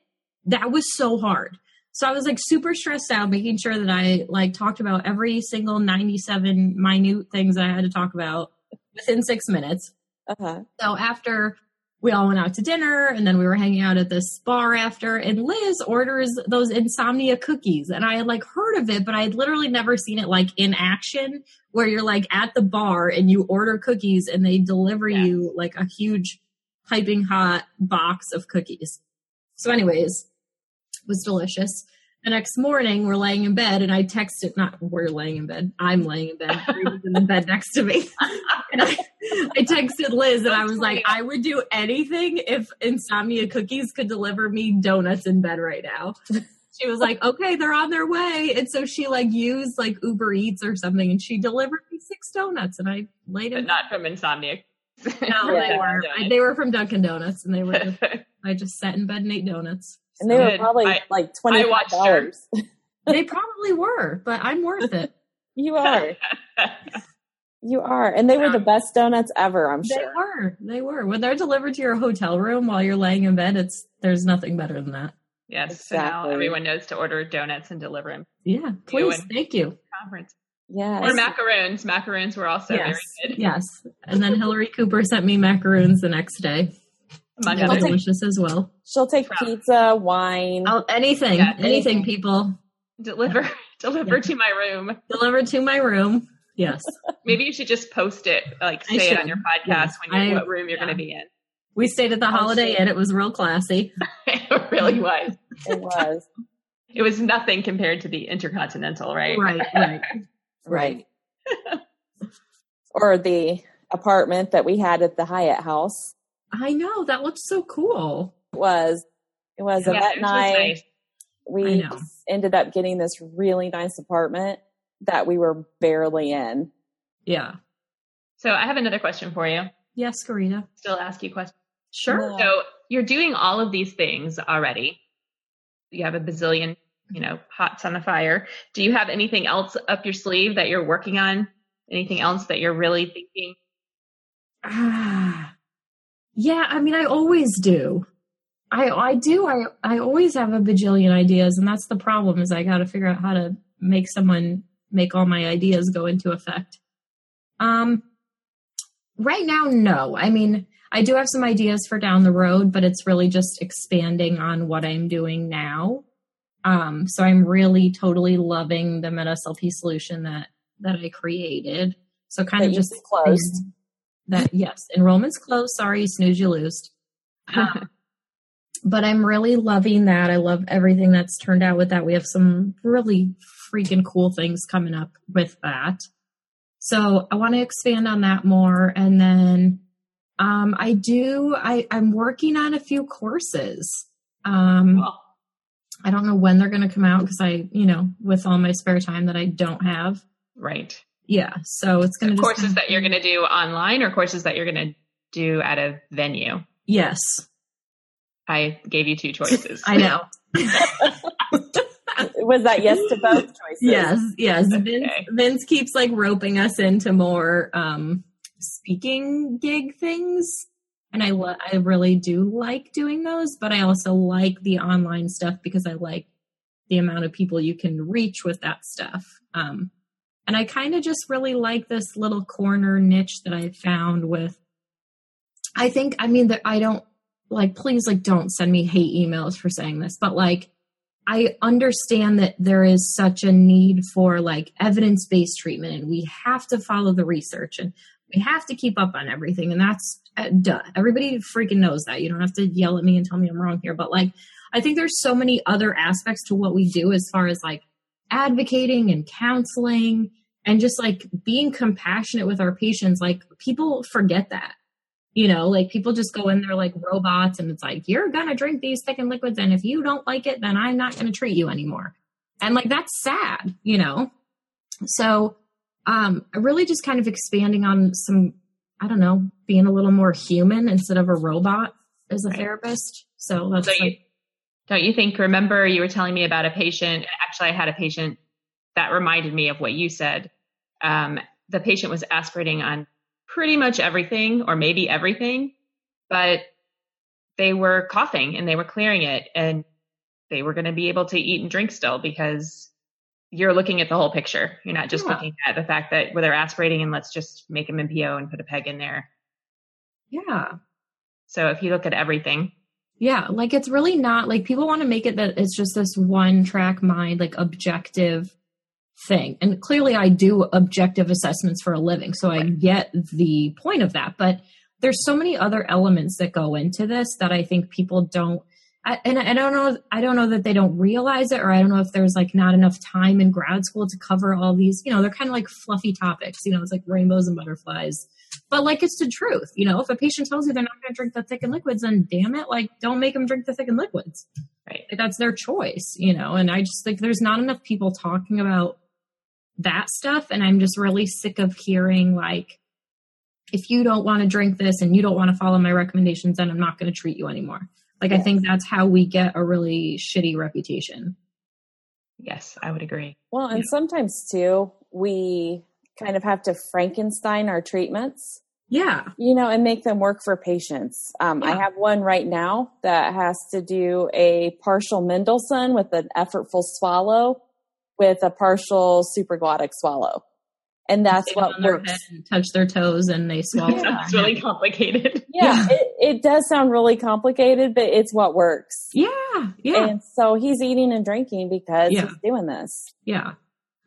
Speaker 1: that was so hard so i was like super stressed out making sure that i like talked about every single 97 minute things that i had to talk about within six minutes
Speaker 2: Uh-huh.
Speaker 1: so after we all went out to dinner and then we were hanging out at this bar after and Liz orders those insomnia cookies and I had like heard of it but I had literally never seen it like in action where you're like at the bar and you order cookies and they deliver
Speaker 3: Yes.
Speaker 1: you like a huge piping hot box of cookies. So anyways, it was delicious. The next morning we're laying in bed and I texted not we're laying in bed. I'm laying in bed. Reba's in the bed next to me. And I, I texted Liz and I was like, I would do anything if Insomnia Cookies could deliver me donuts in bed right now. She was like, okay, they're on their way. And so she like used like Uber Eats or something and she delivered me six donuts and I laid
Speaker 3: But
Speaker 1: it.
Speaker 3: not from insomnia.
Speaker 1: No, they
Speaker 2: Yeah.
Speaker 1: were. I- They were from Dunkin' Donuts and they were, just,
Speaker 3: I
Speaker 1: I just sat in bed and ate donuts.
Speaker 2: And they were
Speaker 3: Good.
Speaker 2: probably
Speaker 3: I-
Speaker 2: like
Speaker 3: I
Speaker 2: twenty
Speaker 3: watched her.
Speaker 2: dollars.
Speaker 1: They probably were, but I'm worth it.
Speaker 2: You are. You are. And they were the best donuts ever, I'm
Speaker 1: They
Speaker 2: sure.
Speaker 1: were. They were. When they're delivered to your hotel room while you're laying in bed, it's there's nothing better than that.
Speaker 3: yes. So now
Speaker 2: Exactly.
Speaker 3: everyone knows to order donuts and deliver them.
Speaker 1: Yeah. Please.
Speaker 3: and-
Speaker 1: Thank you.
Speaker 3: Conference
Speaker 2: Yes.
Speaker 3: or macaroons. Macaroons were also very good.
Speaker 1: Yes. And then Hillary Cooper sent me macaroons the next day.
Speaker 3: Among
Speaker 1: They were
Speaker 2: I'll
Speaker 3: others.
Speaker 2: take-
Speaker 1: delicious as well.
Speaker 2: She'll take pizza, wine.
Speaker 1: Oh, anything,
Speaker 3: Yeah,
Speaker 1: anything,
Speaker 2: anything.
Speaker 1: people.
Speaker 3: deliver deliver to my room.
Speaker 1: Delivered to my room. Yes.
Speaker 3: Maybe you should just post it, like
Speaker 1: I
Speaker 3: say it on
Speaker 1: should.
Speaker 3: your podcast
Speaker 1: Yes.
Speaker 3: when you're
Speaker 1: I-
Speaker 3: what room you're
Speaker 1: yeah.
Speaker 3: going to be in.
Speaker 1: We stayed
Speaker 3: Oh,
Speaker 1: at the Holiday
Speaker 2: shit.
Speaker 1: Inn. It was real classy.
Speaker 3: it really was.
Speaker 2: It was.
Speaker 3: It was nothing compared to the Intercontinental, right?
Speaker 1: Right, right.
Speaker 2: Right. or the apartment that we had at the Hyatt house.
Speaker 1: I know. That looked so cool.
Speaker 2: It was. It was. And
Speaker 3: Yeah,
Speaker 2: that
Speaker 3: it was
Speaker 2: night,
Speaker 3: nice.
Speaker 2: we
Speaker 1: I know.
Speaker 2: ended up getting this really nice apartment that we were barely in.
Speaker 1: Yeah.
Speaker 3: So I have another question for you.
Speaker 1: Yes, Karina.
Speaker 3: Still ask you questions.
Speaker 1: Sure.
Speaker 2: Yeah.
Speaker 3: So you're doing all of these things already. You have a bazillion, you know, pots on the fire. Do you have anything else up your sleeve that you're working on? Anything else that you're really thinking?
Speaker 1: Ah. yeah, I mean, I always do. I I do. I I always have a bajillion ideas, and that's the problem. Is I got to figure out how to make someone make all my ideas go into effect. Um, right now, no. I mean, I do have some ideas for down the road, but it's really just expanding on what I'm doing now. Um, so I'm really totally loving the MetaSLP solution that that I created. So kind
Speaker 2: That
Speaker 1: of
Speaker 2: you
Speaker 1: just
Speaker 2: closed.
Speaker 1: that yes, enrollment's closed. Sorry, snooze you lose. Um, but I'm really loving that. I love everything that's turned out with that. We have some really freaking cool things coming up with that. So I want to expand on that more. And then um, I do, I, I'm working on a few courses. Um,
Speaker 3: Well,
Speaker 1: I don't know when they're going to come out because I, you know, with all my spare time that I don't have.
Speaker 3: Right.
Speaker 1: Yeah. So it's going to just.
Speaker 3: Courses that you're going to do online or courses that you're going to do at a venue?
Speaker 1: Yes.
Speaker 3: I gave you two choices.
Speaker 1: I know.
Speaker 2: Was that yes to both choices?
Speaker 1: yes. Yes. Vince,
Speaker 3: Okay.
Speaker 1: Vince keeps like roping us into more um, speaking gig things. And I, lo- I really do like doing those, but I also like the online stuff because I like the amount of people you can reach with that stuff. Um, and I kind of just really like this little corner niche that I found with. I think, I mean, that I don't like, please, like, don't send me hate emails for saying this, but like, I understand that there is such a need for like evidence based treatment and we have to follow the research and we have to keep up on everything. And that's uh, duh. Everybody freaking knows that. You don't have to yell at me and tell me I'm wrong here, but like, I think there's so many other aspects to what we do as far as like advocating and counseling and just like being compassionate with our patients. Like people forget that. You know, like people just go in there like robots and it's like, you're going to drink these thickened liquids. And if you don't like it, then I'm not going to treat you anymore. And like that's sad, you know? So, um, really just kind of expanding on some, I don't know, being a little more human instead of a robot as a
Speaker 3: Right.
Speaker 1: therapist. So that's
Speaker 3: So
Speaker 1: like-
Speaker 3: you, don't you think? Remember, you were telling me about a patient. Actually, I had a patient that reminded me of what you said. Um, the patient was aspirating on pretty much everything, or maybe everything, but they were coughing and they were clearing it, and they were going to be able to eat and drink still because you're looking at the whole picture. You're not just
Speaker 1: Yeah.
Speaker 3: looking at the fact that well, they're aspirating and let's just make them MPO and put a peg in there.
Speaker 1: yeah.
Speaker 3: So if you look at everything,
Speaker 1: Yeah, like it's really not like people want to make it that it's just this one track mind, like objective thing. And clearly, I do objective assessments for a living, so I get the point of that. But there's so many other elements that go into this that I think people don't. I, and I don't know. I don't know that they don't realize it, or I don't know if there's like not enough time in grad school to cover all these. You know, they're kind of like fluffy topics. You know, it's like rainbows and butterflies but like it's the truth you know if a patient tells you they're not going to drink the thickened liquids then damn it like don't make them drink the thickened liquids
Speaker 3: Right.
Speaker 1: Like, that's their choice you know and i just think there's not enough people talking about that stuff and i'm just really sick of hearing like if you don't want to drink this and you don't want to follow my recommendations then i'm not going to treat you anymore like i
Speaker 2: Yes.
Speaker 1: think that's how we get a really shitty reputation
Speaker 3: yes, I would agree.
Speaker 2: Well, and sometimes too, we kind of have to Frankenstein our treatments,
Speaker 1: yeah
Speaker 2: you know, and make them work for patients. Um, I
Speaker 1: Yeah.
Speaker 2: have one right now that has to do a partial Mendelssohn with an effortful swallow with a partial supraglottic swallow. And that's
Speaker 1: They go
Speaker 2: what
Speaker 1: on their
Speaker 2: works.
Speaker 1: head and touch their toes and they swallow
Speaker 2: Yeah.
Speaker 3: Sounds really complicated.
Speaker 2: Yeah, It, it does sound really complicated, but it's what works.
Speaker 1: yeah yeah
Speaker 2: And so he's eating and drinking because
Speaker 1: Yeah.
Speaker 2: he's doing this.
Speaker 1: Yeah.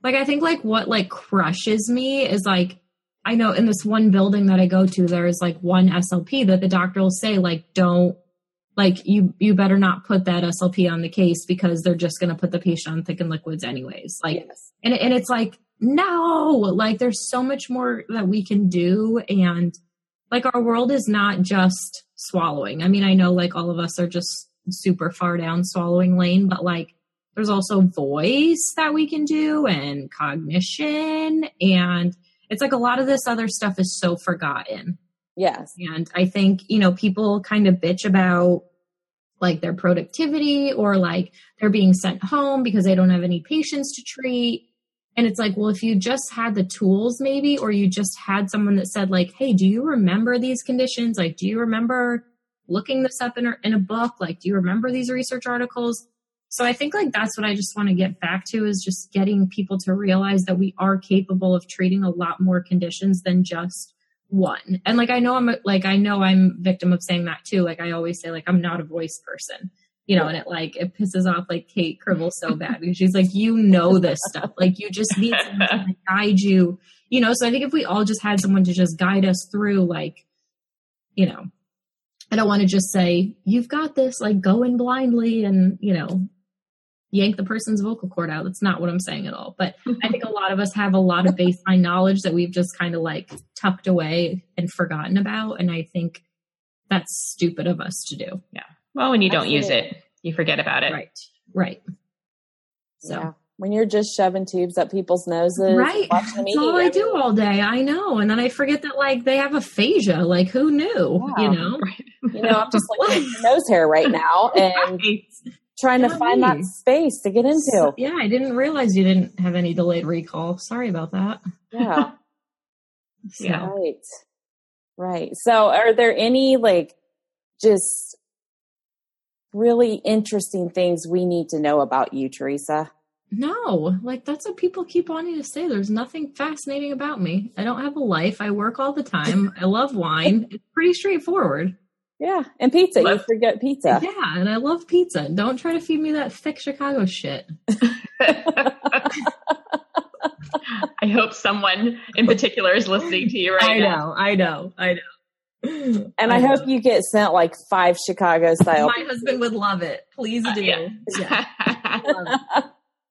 Speaker 1: Like I think like what like crushes me is like I know in this one building that I go to there is like one SLP that the doctor will say like don't like you you better not put that SLP on the case because they're just going to put the patient on thickened liquids anyways. Like
Speaker 2: yes.
Speaker 1: and and it's like no, like there's so much more that we can do and like our world is not just swallowing. I mean, I know like all of us are just super far down swallowing lane, but like there's also voice that we can do and cognition and it's like a lot of this other stuff is so forgotten.
Speaker 2: Yes.
Speaker 1: And I think, you know, people kind of bitch about like their productivity or like they're being sent home because they don't have any patients to treat. And it's like, well, if you just had the tools, maybe, or you just had someone that said, like, hey, do you remember these conditions? Like, do you remember looking this up in a, in a book? Like, do you remember these research articles? So I think like that's what I just want to get back to is just getting people to realize that we are capable of treating a lot more conditions than just one. And like I know I'm a- like I know I'm victim of saying that too. Like I always say like I'm not a voice person. You know, and it like it pisses off like Kate Cribble so bad because she's like, you know this stuff. Like you just need someone to like, guide you. You know, so I think if we all just had someone to just guide us through like, you know, I don't want to just say, you've got this, like go in blindly and, you know, yank the person's vocal cord out. That's not what I'm saying at all. But I think a lot of us have a lot of baseline knowledge that we've just kind of like tucked away and forgotten about. And I think that's stupid of us to do.
Speaker 3: Well, when you don't use it, you forget about it.
Speaker 1: Right. Right. So
Speaker 2: Yeah. When you're just shoving tubes up people's noses,
Speaker 1: right.
Speaker 2: watching them
Speaker 1: That's
Speaker 2: eat,
Speaker 1: all
Speaker 2: I
Speaker 1: I
Speaker 2: mean,
Speaker 1: do all day. I know. And then I forget that like they have aphasia. Like who knew?
Speaker 2: Yeah.
Speaker 1: You know?
Speaker 2: You know, I'm just looking at your nose hair right now and trying to
Speaker 1: Not
Speaker 2: find
Speaker 1: me.
Speaker 2: that space to get into.
Speaker 1: So- yeah, I didn't realize you didn't have any delayed recall. Sorry about that.
Speaker 2: Yeah.
Speaker 1: So,
Speaker 3: Yeah.
Speaker 2: Right. Right. So are there any like just really interesting things we need to know about you, Teresa?
Speaker 1: No, like that's what people keep wanting to say. There's nothing fascinating about me. I don't have a life. I work all the time. I love wine. It's pretty straightforward.
Speaker 2: Yeah. And pizza. You
Speaker 3: Love-
Speaker 2: forget pizza.
Speaker 1: Yeah, and I love pizza. Don't try to feed me that thick Chicago shit.
Speaker 3: I hope someone in particular is listening to you right now.
Speaker 1: I know, I know.
Speaker 2: And I hope you get sent like five Chicago style.
Speaker 1: my husband would love it. Please do.
Speaker 3: yeah.
Speaker 1: Uh, Yeah, I love it.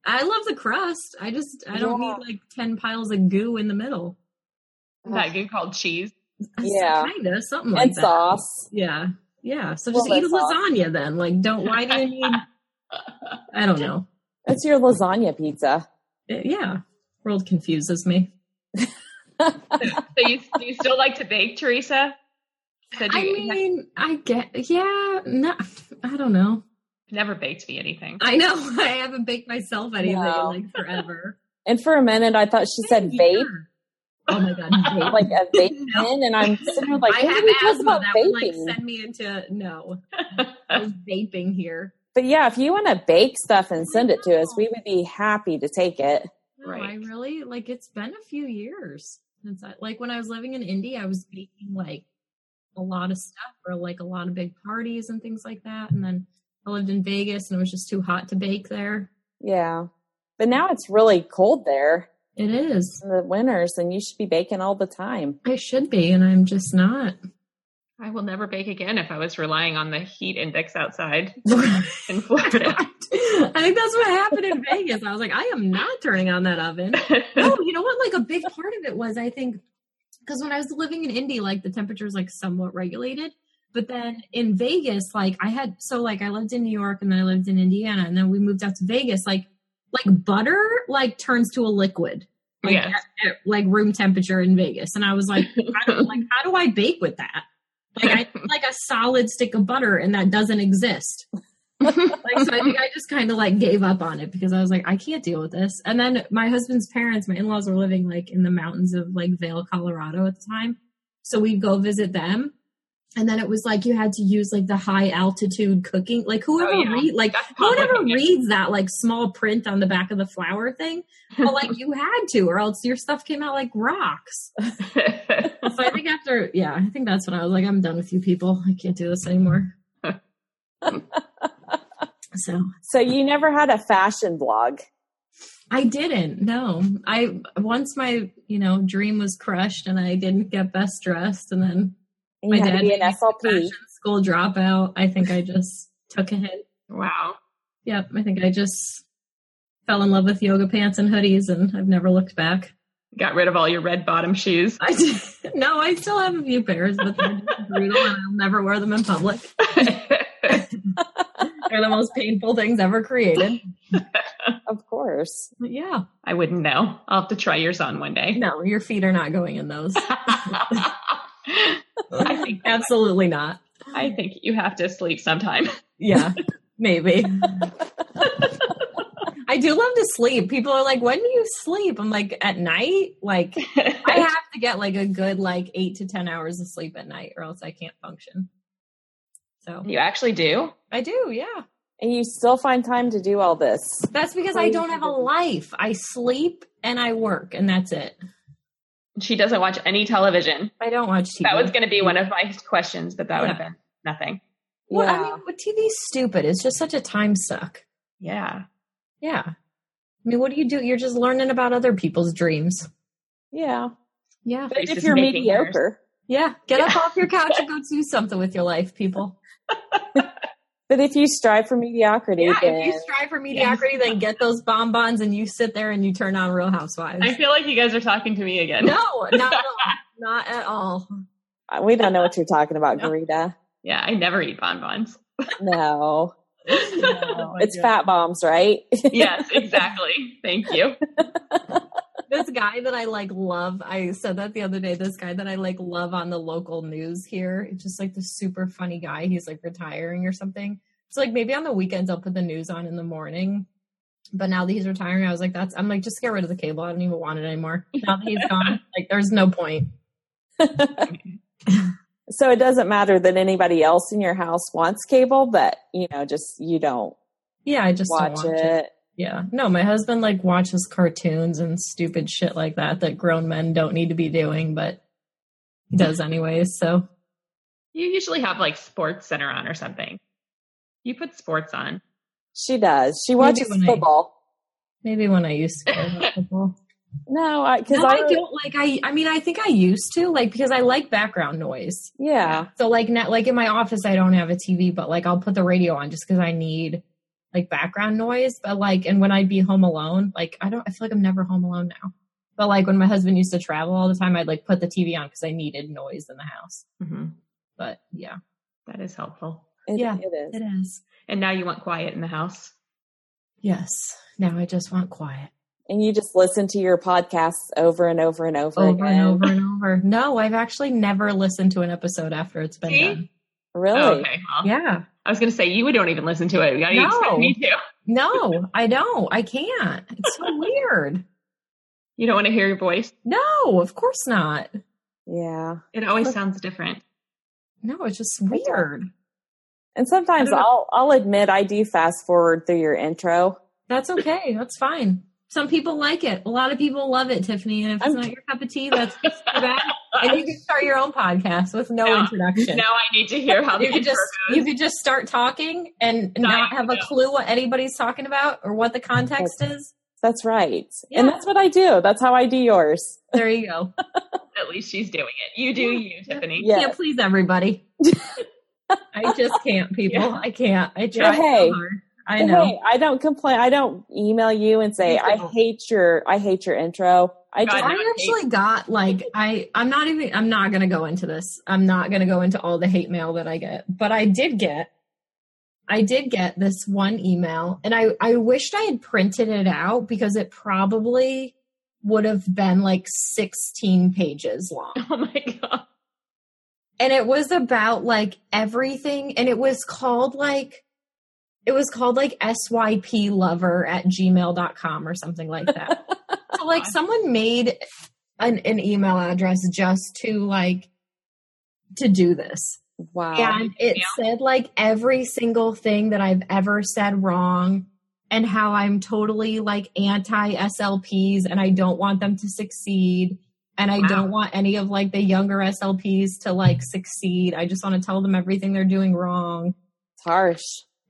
Speaker 1: I love the crust. I just I don't
Speaker 2: Yeah.
Speaker 1: need like ten piles of goo in the middle.
Speaker 3: that good called cheese.
Speaker 2: Yeah.
Speaker 1: kind of something like
Speaker 2: and
Speaker 1: that.
Speaker 2: sauce.
Speaker 1: Yeah. Yeah. So
Speaker 2: Well,
Speaker 1: just eat a
Speaker 2: that's all.
Speaker 1: lasagna then. Like don't why do you need I don't know.
Speaker 2: That's your lasagna pizza.
Speaker 1: Uh, Yeah. World confuses me.
Speaker 3: So you, do you still like to bake, Teresa? So do
Speaker 1: I
Speaker 3: you,
Speaker 1: mean, I get yeah, no I don't know.
Speaker 3: never baked me anything.
Speaker 1: I know I haven't baked myself anything
Speaker 2: No.
Speaker 1: in like forever.
Speaker 2: And for a minute, I thought she said vape,
Speaker 1: Oh my god, vape.
Speaker 2: like a vape
Speaker 1: No.
Speaker 2: pen. And I'm sitting there like,
Speaker 1: I
Speaker 2: what
Speaker 1: have
Speaker 2: are we talking
Speaker 1: asthma
Speaker 2: about
Speaker 1: that would like
Speaker 2: vaping?
Speaker 1: send me into no. I was vaping here.
Speaker 2: but yeah, if you want to bake stuff and send it to us, we would be happy to take it.
Speaker 1: No, I
Speaker 3: Right.
Speaker 1: really like it's been a few years since I like when I was living in Indy, I was baking like a lot of stuff for like a lot of big parties and things like that. And then I lived in Vegas and it was just too hot to bake there.
Speaker 2: Yeah. But now it's really cold there
Speaker 1: It is.
Speaker 2: in the winters, and you should be baking all the time.
Speaker 1: I should be, and I'm just not.
Speaker 3: I will never bake again if I was relying on the heat index outside
Speaker 1: I
Speaker 3: in Florida.
Speaker 1: think that's what happened in Vegas. I was like, I am not turning on that oven. no, you know what? Like a big part of it was, I think, because when I was living in Indy, like the temperature was like somewhat regulated. But then in Vegas, like I had, so like I lived in New York and then I lived in Indiana and then we moved out to Vegas. Like, like butter, like turns to a liquid, like,
Speaker 3: Yes.
Speaker 1: at, at, like room temperature in Vegas. And I was like, how do, like, how do I bake with that? Like, I need, like a solid stick of butter and that doesn't exist. Like, so I think I just kind of like gave up on it because I was like, I can't deal with this. And then my husband's parents, my in-laws were living like in the mountains of like Vail, Colorado at the time. So we'd go visit them. And then it was like you had to use like the high altitude cooking. Like whoever
Speaker 3: Oh, yeah.
Speaker 1: read like
Speaker 3: That's
Speaker 1: whoever
Speaker 3: complicated.
Speaker 1: reads that like small print on the back of the flower thing. But like you had to, or else your stuff came out like rocks. So I think after yeah, I think that's when I was like, I'm done with you people. I can't do this anymore. so
Speaker 2: So you never had a fashion blog.
Speaker 1: I didn't. No, I once my you know dream was crushed, and I didn't get best dressed, and then
Speaker 2: You
Speaker 1: my
Speaker 2: had
Speaker 1: dad
Speaker 2: to be an
Speaker 1: made me
Speaker 2: SLP.
Speaker 1: fashion school dropout. I think I just took a hit.
Speaker 3: wow.
Speaker 1: Yep, I think I just fell in love with yoga pants and hoodies, and I've never looked back.
Speaker 3: Got rid of all your red bottom shoes.
Speaker 1: I did, no, I still have a few pairs, but they're just brutal, and I'll never wear them in public. They're the most painful things ever created.
Speaker 2: Of course.
Speaker 1: But yeah,
Speaker 3: I wouldn't know. I'll have to try yours on one day.
Speaker 1: no, your feet are not going in those.
Speaker 3: I think
Speaker 1: Absolutely not.
Speaker 3: I think you have to sleep sometime.
Speaker 1: Yeah, maybe. I do love to sleep. People are like, when do you sleep? I'm like, at night? Like, I have to get like a good like eight to 10 hours of sleep at night or else I can't function. So
Speaker 3: you actually do?
Speaker 1: I do, yeah.
Speaker 2: And you still find time to do all this.
Speaker 1: That's because I don't have a life. I sleep and I work and that's it.
Speaker 3: She doesn't watch any television.
Speaker 1: I don't watch TV.
Speaker 3: That was going to be one of my questions, but that would have
Speaker 1: Yeah.
Speaker 3: been nothing.
Speaker 1: Well,
Speaker 2: yeah.
Speaker 1: I mean, what TV's stupid. It's just such a time suck.
Speaker 3: Yeah.
Speaker 1: Yeah. I mean, what do you do? You're just learning about other people's dreams.
Speaker 2: yeah.
Speaker 1: Yeah.
Speaker 2: But if
Speaker 3: Teresa's
Speaker 2: you're
Speaker 3: making
Speaker 2: mediocre.
Speaker 1: Yeah, get up off your couch and go do something with your life, people.
Speaker 2: But if you strive for mediocrity,
Speaker 1: Yeah,
Speaker 2: then
Speaker 1: if you strive for mediocrity, then get those bonbons and you sit there and you turn on Real Housewives.
Speaker 3: I feel like you guys are talking to me again.
Speaker 1: no, not at all. Not at all.
Speaker 2: we don't know what you're talking about,
Speaker 1: No.
Speaker 2: Garita.
Speaker 3: Yeah, I never eat bonbons.
Speaker 2: No.
Speaker 4: Oh, my
Speaker 2: it's
Speaker 4: goodness.
Speaker 2: fat bombs, right?
Speaker 3: yes, exactly. Thank you.
Speaker 1: this guy that I like love. I said that the other day. This guy that I like love on the local news here. It's just like the super funny guy. He's like retiring or something. So like maybe on the weekends I'll put the news on in the morning. But now that he's retiring, I was like, that's I'm like, just get rid of the cable. I don't even want it anymore. Now that he's gone, like there's no point.
Speaker 2: so it doesn't matter that anybody else in your house wants cable, but you know, just you don't
Speaker 1: Yeah, I just
Speaker 2: watch,
Speaker 1: don't
Speaker 2: it.
Speaker 1: watch it. Yeah. No, my husband like watches cartoons and stupid shit like that that grown men don't need to be doing, but he does anyways. So
Speaker 3: You usually have like Sports Center on or something. You put sports on.
Speaker 2: She does. She
Speaker 1: Maybe
Speaker 2: watches
Speaker 1: when I-
Speaker 2: football.
Speaker 1: maybe when I used to care about football.
Speaker 2: No, because
Speaker 1: Now
Speaker 2: I,
Speaker 1: I don't like I I mean I think I used to like because I like background noise.
Speaker 2: yeah,
Speaker 1: So like now like in my office I don't have a TV but like I'll put the radio on just cuz I need like background noise but like and when I'd be home alone like I don't I feel like I'm never home alone now. But like when my husband used to travel all the time I'd like put the TV on cuz I needed noise in the house.
Speaker 3: Mhm.
Speaker 1: But yeah.
Speaker 3: That is helpful.
Speaker 2: it,
Speaker 1: Yeah.
Speaker 2: it is.
Speaker 1: is.
Speaker 3: And now you want quiet in the house.
Speaker 1: Yes. Now I just want quiet.
Speaker 2: And you just listen to your podcasts over and over and over,
Speaker 1: Over
Speaker 2: again.
Speaker 1: and over and over. No, I've actually never listened to an episode after it's been
Speaker 3: See?
Speaker 1: done.
Speaker 2: Really?
Speaker 3: Oh, okay. Well,
Speaker 1: Yeah.
Speaker 3: I was going to say you don't even listen to it. Now you expect
Speaker 1: No.
Speaker 3: me to.
Speaker 1: No, I don't. I can't. It's so weird.
Speaker 3: You don't want to hear your voice.
Speaker 1: No, of course not.
Speaker 2: Yeah.
Speaker 3: It always sounds different.
Speaker 1: No, it's just weird.
Speaker 2: And sometimes
Speaker 3: I don't
Speaker 2: I'll I'll admit I do fast forward through your intro.
Speaker 1: That's okay. That's fine. Some people like it. A lot of people love it, Tiffany. And if it's
Speaker 2: I'm-
Speaker 1: not your cup of tea, that's too bad. And you can start your own podcast with no,
Speaker 3: No.
Speaker 1: introduction.
Speaker 3: Now I need to hear how the
Speaker 1: You could
Speaker 3: intro
Speaker 1: just
Speaker 3: goes.
Speaker 1: you could just start talking and not have a
Speaker 3: know.
Speaker 1: clue what anybody's talking about or what the context is.
Speaker 2: That's right.
Speaker 1: Yeah.
Speaker 2: And that's what I do. That's how I do yours.
Speaker 1: There you go.
Speaker 3: At least she's doing it. You do you, Tiffany.
Speaker 2: Yeah.
Speaker 1: Can't please everybody. I just can't, people.
Speaker 3: Yeah.
Speaker 1: I can't. I
Speaker 2: Yeah,
Speaker 1: try
Speaker 2: hey.
Speaker 1: so hard. I know.
Speaker 2: Hey, I don't complain. I don't email you and say
Speaker 1: You
Speaker 2: I
Speaker 1: don't.
Speaker 2: hate your I hate your intro. I
Speaker 3: God,
Speaker 2: just
Speaker 3: no.
Speaker 1: I actually got like I I'm not even I'm not going to go into this. I'm not going to go into all the hate mail that I get, but I did get I did get this one email and I I wished I had printed it out because it probably would have been like 16 pages long.
Speaker 3: Oh my god.
Speaker 1: And it was about like everything and it was called like it was called like SYP lover at gmail.com or something like that. so like someone made an, an email address just to like to do this.
Speaker 2: wow.
Speaker 1: and it
Speaker 3: Oh, yeah.
Speaker 1: said like every single thing that I've ever said wrong and how I'm totally like anti SLPs and I don't want them to succeed. And I
Speaker 3: Wow.
Speaker 1: don't want any of like the younger SLPs to like succeed. I just want to tell them everything they're doing wrong
Speaker 2: It's harsh.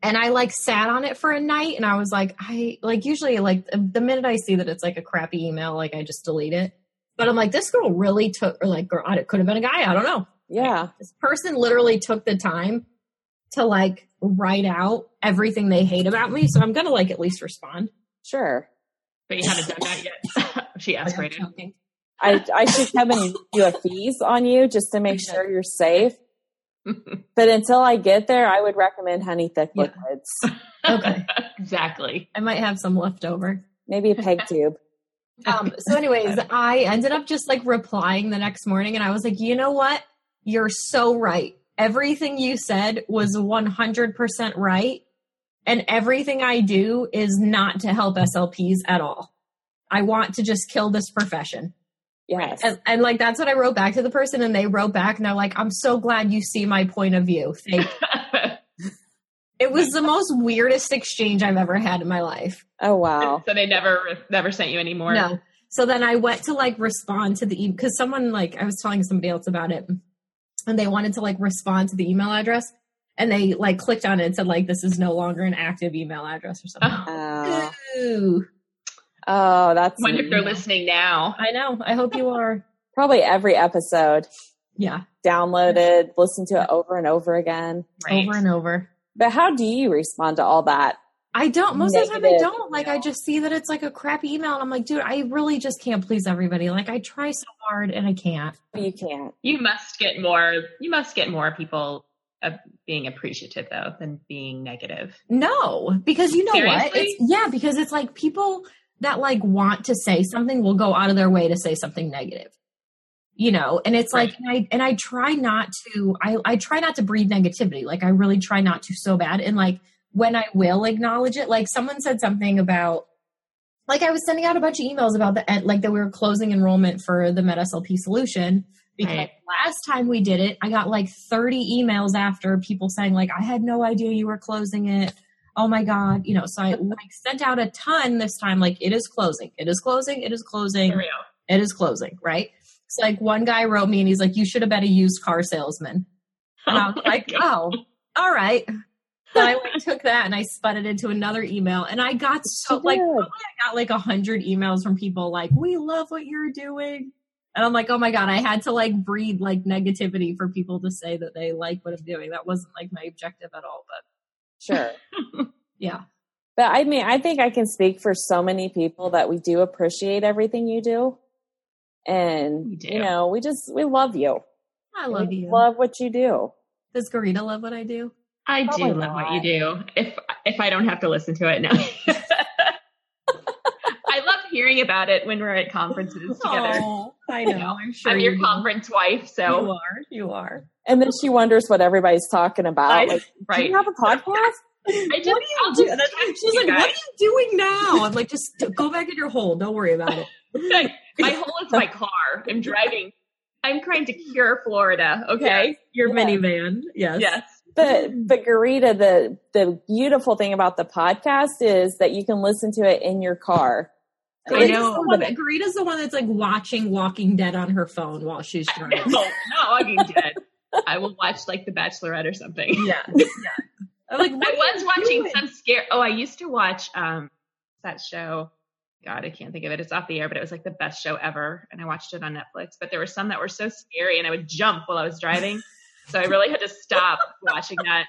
Speaker 1: and I like sat on it for a night and I was like, I like usually like the minute I see that it's like a crappy email, like I just delete it. But I'm like, this girl really took, or like, girl, it could have been a guy. I don't know.
Speaker 2: Yeah.
Speaker 1: This person literally took the time to like write out everything they hate about me. So I'm going to like at least respond.
Speaker 2: Sure.
Speaker 3: But you haven't done that yet. she
Speaker 1: Like, I'm
Speaker 3: aspirated.
Speaker 1: joking.
Speaker 2: I I should come and do a fees on you just to make sure you're safe. But until I get there, I would recommend honey thick
Speaker 1: Yeah.
Speaker 2: liquids.
Speaker 1: Okay.
Speaker 3: exactly.
Speaker 1: I might have some left over.
Speaker 2: Maybe a peg tube.
Speaker 1: um, so anyways i ended up just like replying the next morning and i was like you know what you're so right everything you said was 100% right and everything i do is not to help slps at all i want to just kill this profession
Speaker 2: Yes.
Speaker 1: and, and like that's what i wrote back to the person and they wrote back and they're like i'm so glad you see my point of view Thank you." it was the most weirdest exchange i've ever had in my life
Speaker 2: Oh wow.
Speaker 3: So they never never sent you any more.
Speaker 1: No. So then I went to like respond to the email because someone like I was telling somebody else about it, and they wanted to like respond to the email address, and they like clicked on it and said like this is no longer an active email address or something.
Speaker 3: Oh,
Speaker 2: Oh,
Speaker 1: Ooh,
Speaker 2: oh that's
Speaker 3: I wonder if they're listening now.
Speaker 1: I know. I hope you are.
Speaker 2: probably every episode
Speaker 1: Yeah,
Speaker 2: downloaded, listen to it over and over again.
Speaker 3: Right.
Speaker 1: over and over.
Speaker 2: But how do you respond to all that?
Speaker 1: I don't. Most of the time, I
Speaker 2: Negative
Speaker 1: don't. Like, I
Speaker 2: email.
Speaker 1: just see that it's like a crappy email, and I'm like, dude, I really just can't please everybody. Like, I try so hard, and I can't.
Speaker 2: You can't.
Speaker 3: You must get more. You must get more people of being appreciative though than being negative.
Speaker 1: No, because you know what?
Speaker 3: Seriously?
Speaker 1: It's, yeah, because it's like people that like want to say something will go out of their way to say something negative. You know, and it's like, and I and I try not to. I I try not to breathe negativity. Like I really try not to so bad. And like when I will acknowledge it, like someone said something about, like I was sending out a bunch of emails about the ed- like that we were closing enrollment for the MedSLP solution. Because
Speaker 5: Right.
Speaker 1: last time we did it, I got like 30 emails after people saying like, I had no idea you were closing it oh my god you know so i like sent out a ton this time like it is closing it is closing it is closing
Speaker 3: For real.
Speaker 1: it is closing right so like one guy wrote me and he's like you should have been a used car salesman and i was like oh all right so i like, took that and i spun it into another email and i got so like
Speaker 2: Good.
Speaker 1: I got like a hundred emails from people like we love what you're doing and i'm like oh my god i had to like breed like negativity for people to say that they like what i'm doing that wasn't like my objective at all but
Speaker 2: sure.
Speaker 1: yeah
Speaker 2: But I mean, I think I can speak for so many people that we do appreciate everything you do. And,
Speaker 3: We do.
Speaker 2: you know, we just, we love you.
Speaker 1: i love
Speaker 2: we
Speaker 1: you
Speaker 2: love what you do.
Speaker 1: Does Garita love what I do?
Speaker 3: I do
Speaker 2: Probably
Speaker 3: love what you
Speaker 2: not.
Speaker 3: do. If if I don't have to listen to it now. I love hearing about it when we're at conferences together.
Speaker 1: Oh, I know. I'm sure
Speaker 3: I'm your
Speaker 1: you
Speaker 3: conference wife,
Speaker 1: do. You
Speaker 3: so
Speaker 1: are. You are.
Speaker 2: And then she wonders what everybody's talking about.
Speaker 3: I,
Speaker 2: like,
Speaker 3: right.
Speaker 2: do you have a podcast?
Speaker 3: I just,
Speaker 1: What
Speaker 3: I'll
Speaker 1: do you do?
Speaker 3: just
Speaker 1: And I- She's like, "What are you doing now?" I'm like, "Just go back in your hole. Don't worry about it."
Speaker 3: Like, my hole is my car. I'm driving. I'm trying to cure Florida. Okay.
Speaker 1: Your
Speaker 2: Yeah.
Speaker 1: minivan. Yes.
Speaker 3: Yes.
Speaker 2: But, but Garita, the, the beautiful thing about the podcast is that you can listen to it in your car.
Speaker 3: I
Speaker 1: Garita's
Speaker 3: know.
Speaker 1: the one that Garita's the one that's like watching Walking Dead on her phone while she's
Speaker 3: No,
Speaker 1: driving.
Speaker 3: no, I'm dead. I will watch like The Bachelorette or something.
Speaker 1: yeah. yeah. I'm like,
Speaker 3: I
Speaker 1: what
Speaker 3: was
Speaker 1: are you
Speaker 3: watching
Speaker 1: doing?
Speaker 3: some scare. Oh, I used to watch um that show. God, I can't think of it. It's off the air, but it was like the best show ever, and I watched it on Netflix. But there were some that were so scary, and I would jump while I was driving, so I really had to stop watching that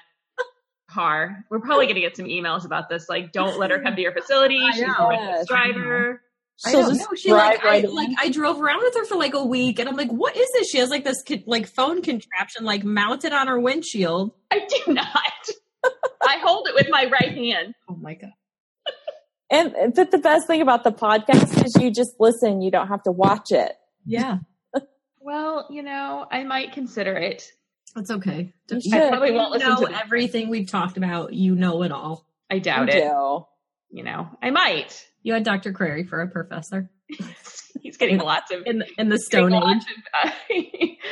Speaker 3: car. We're probably gonna get some emails about this. Like, don't let her come to your facility.
Speaker 1: I
Speaker 3: She's
Speaker 1: know.
Speaker 3: a reckless driver.
Speaker 1: I
Speaker 2: She'll
Speaker 1: don't
Speaker 2: just
Speaker 1: know. She like
Speaker 2: drive right
Speaker 1: I,
Speaker 2: in.
Speaker 1: like I drove around with her for like a week, and I'm like, "What is this?" She has like this con- like phone contraption like mounted on her windshield.
Speaker 3: I do not. I hold it with my right hand.
Speaker 1: Oh my god!
Speaker 2: And but the best thing about the podcast is you just listen. You don't have to watch it.
Speaker 1: Yeah,
Speaker 3: Well, you know, I might consider it.
Speaker 1: that's okay.
Speaker 2: You
Speaker 1: You
Speaker 2: should.
Speaker 3: I probably won't listen
Speaker 1: know
Speaker 3: to it.
Speaker 1: everything we've talked about. You know it all.
Speaker 3: I doubt
Speaker 2: You
Speaker 3: it.
Speaker 2: do.
Speaker 3: You know, I might.
Speaker 1: You had Dr. Crary for a professor
Speaker 3: He's getting lots of
Speaker 1: in the, in the
Speaker 3: getting
Speaker 1: Stone Age.
Speaker 3: lots of- uh,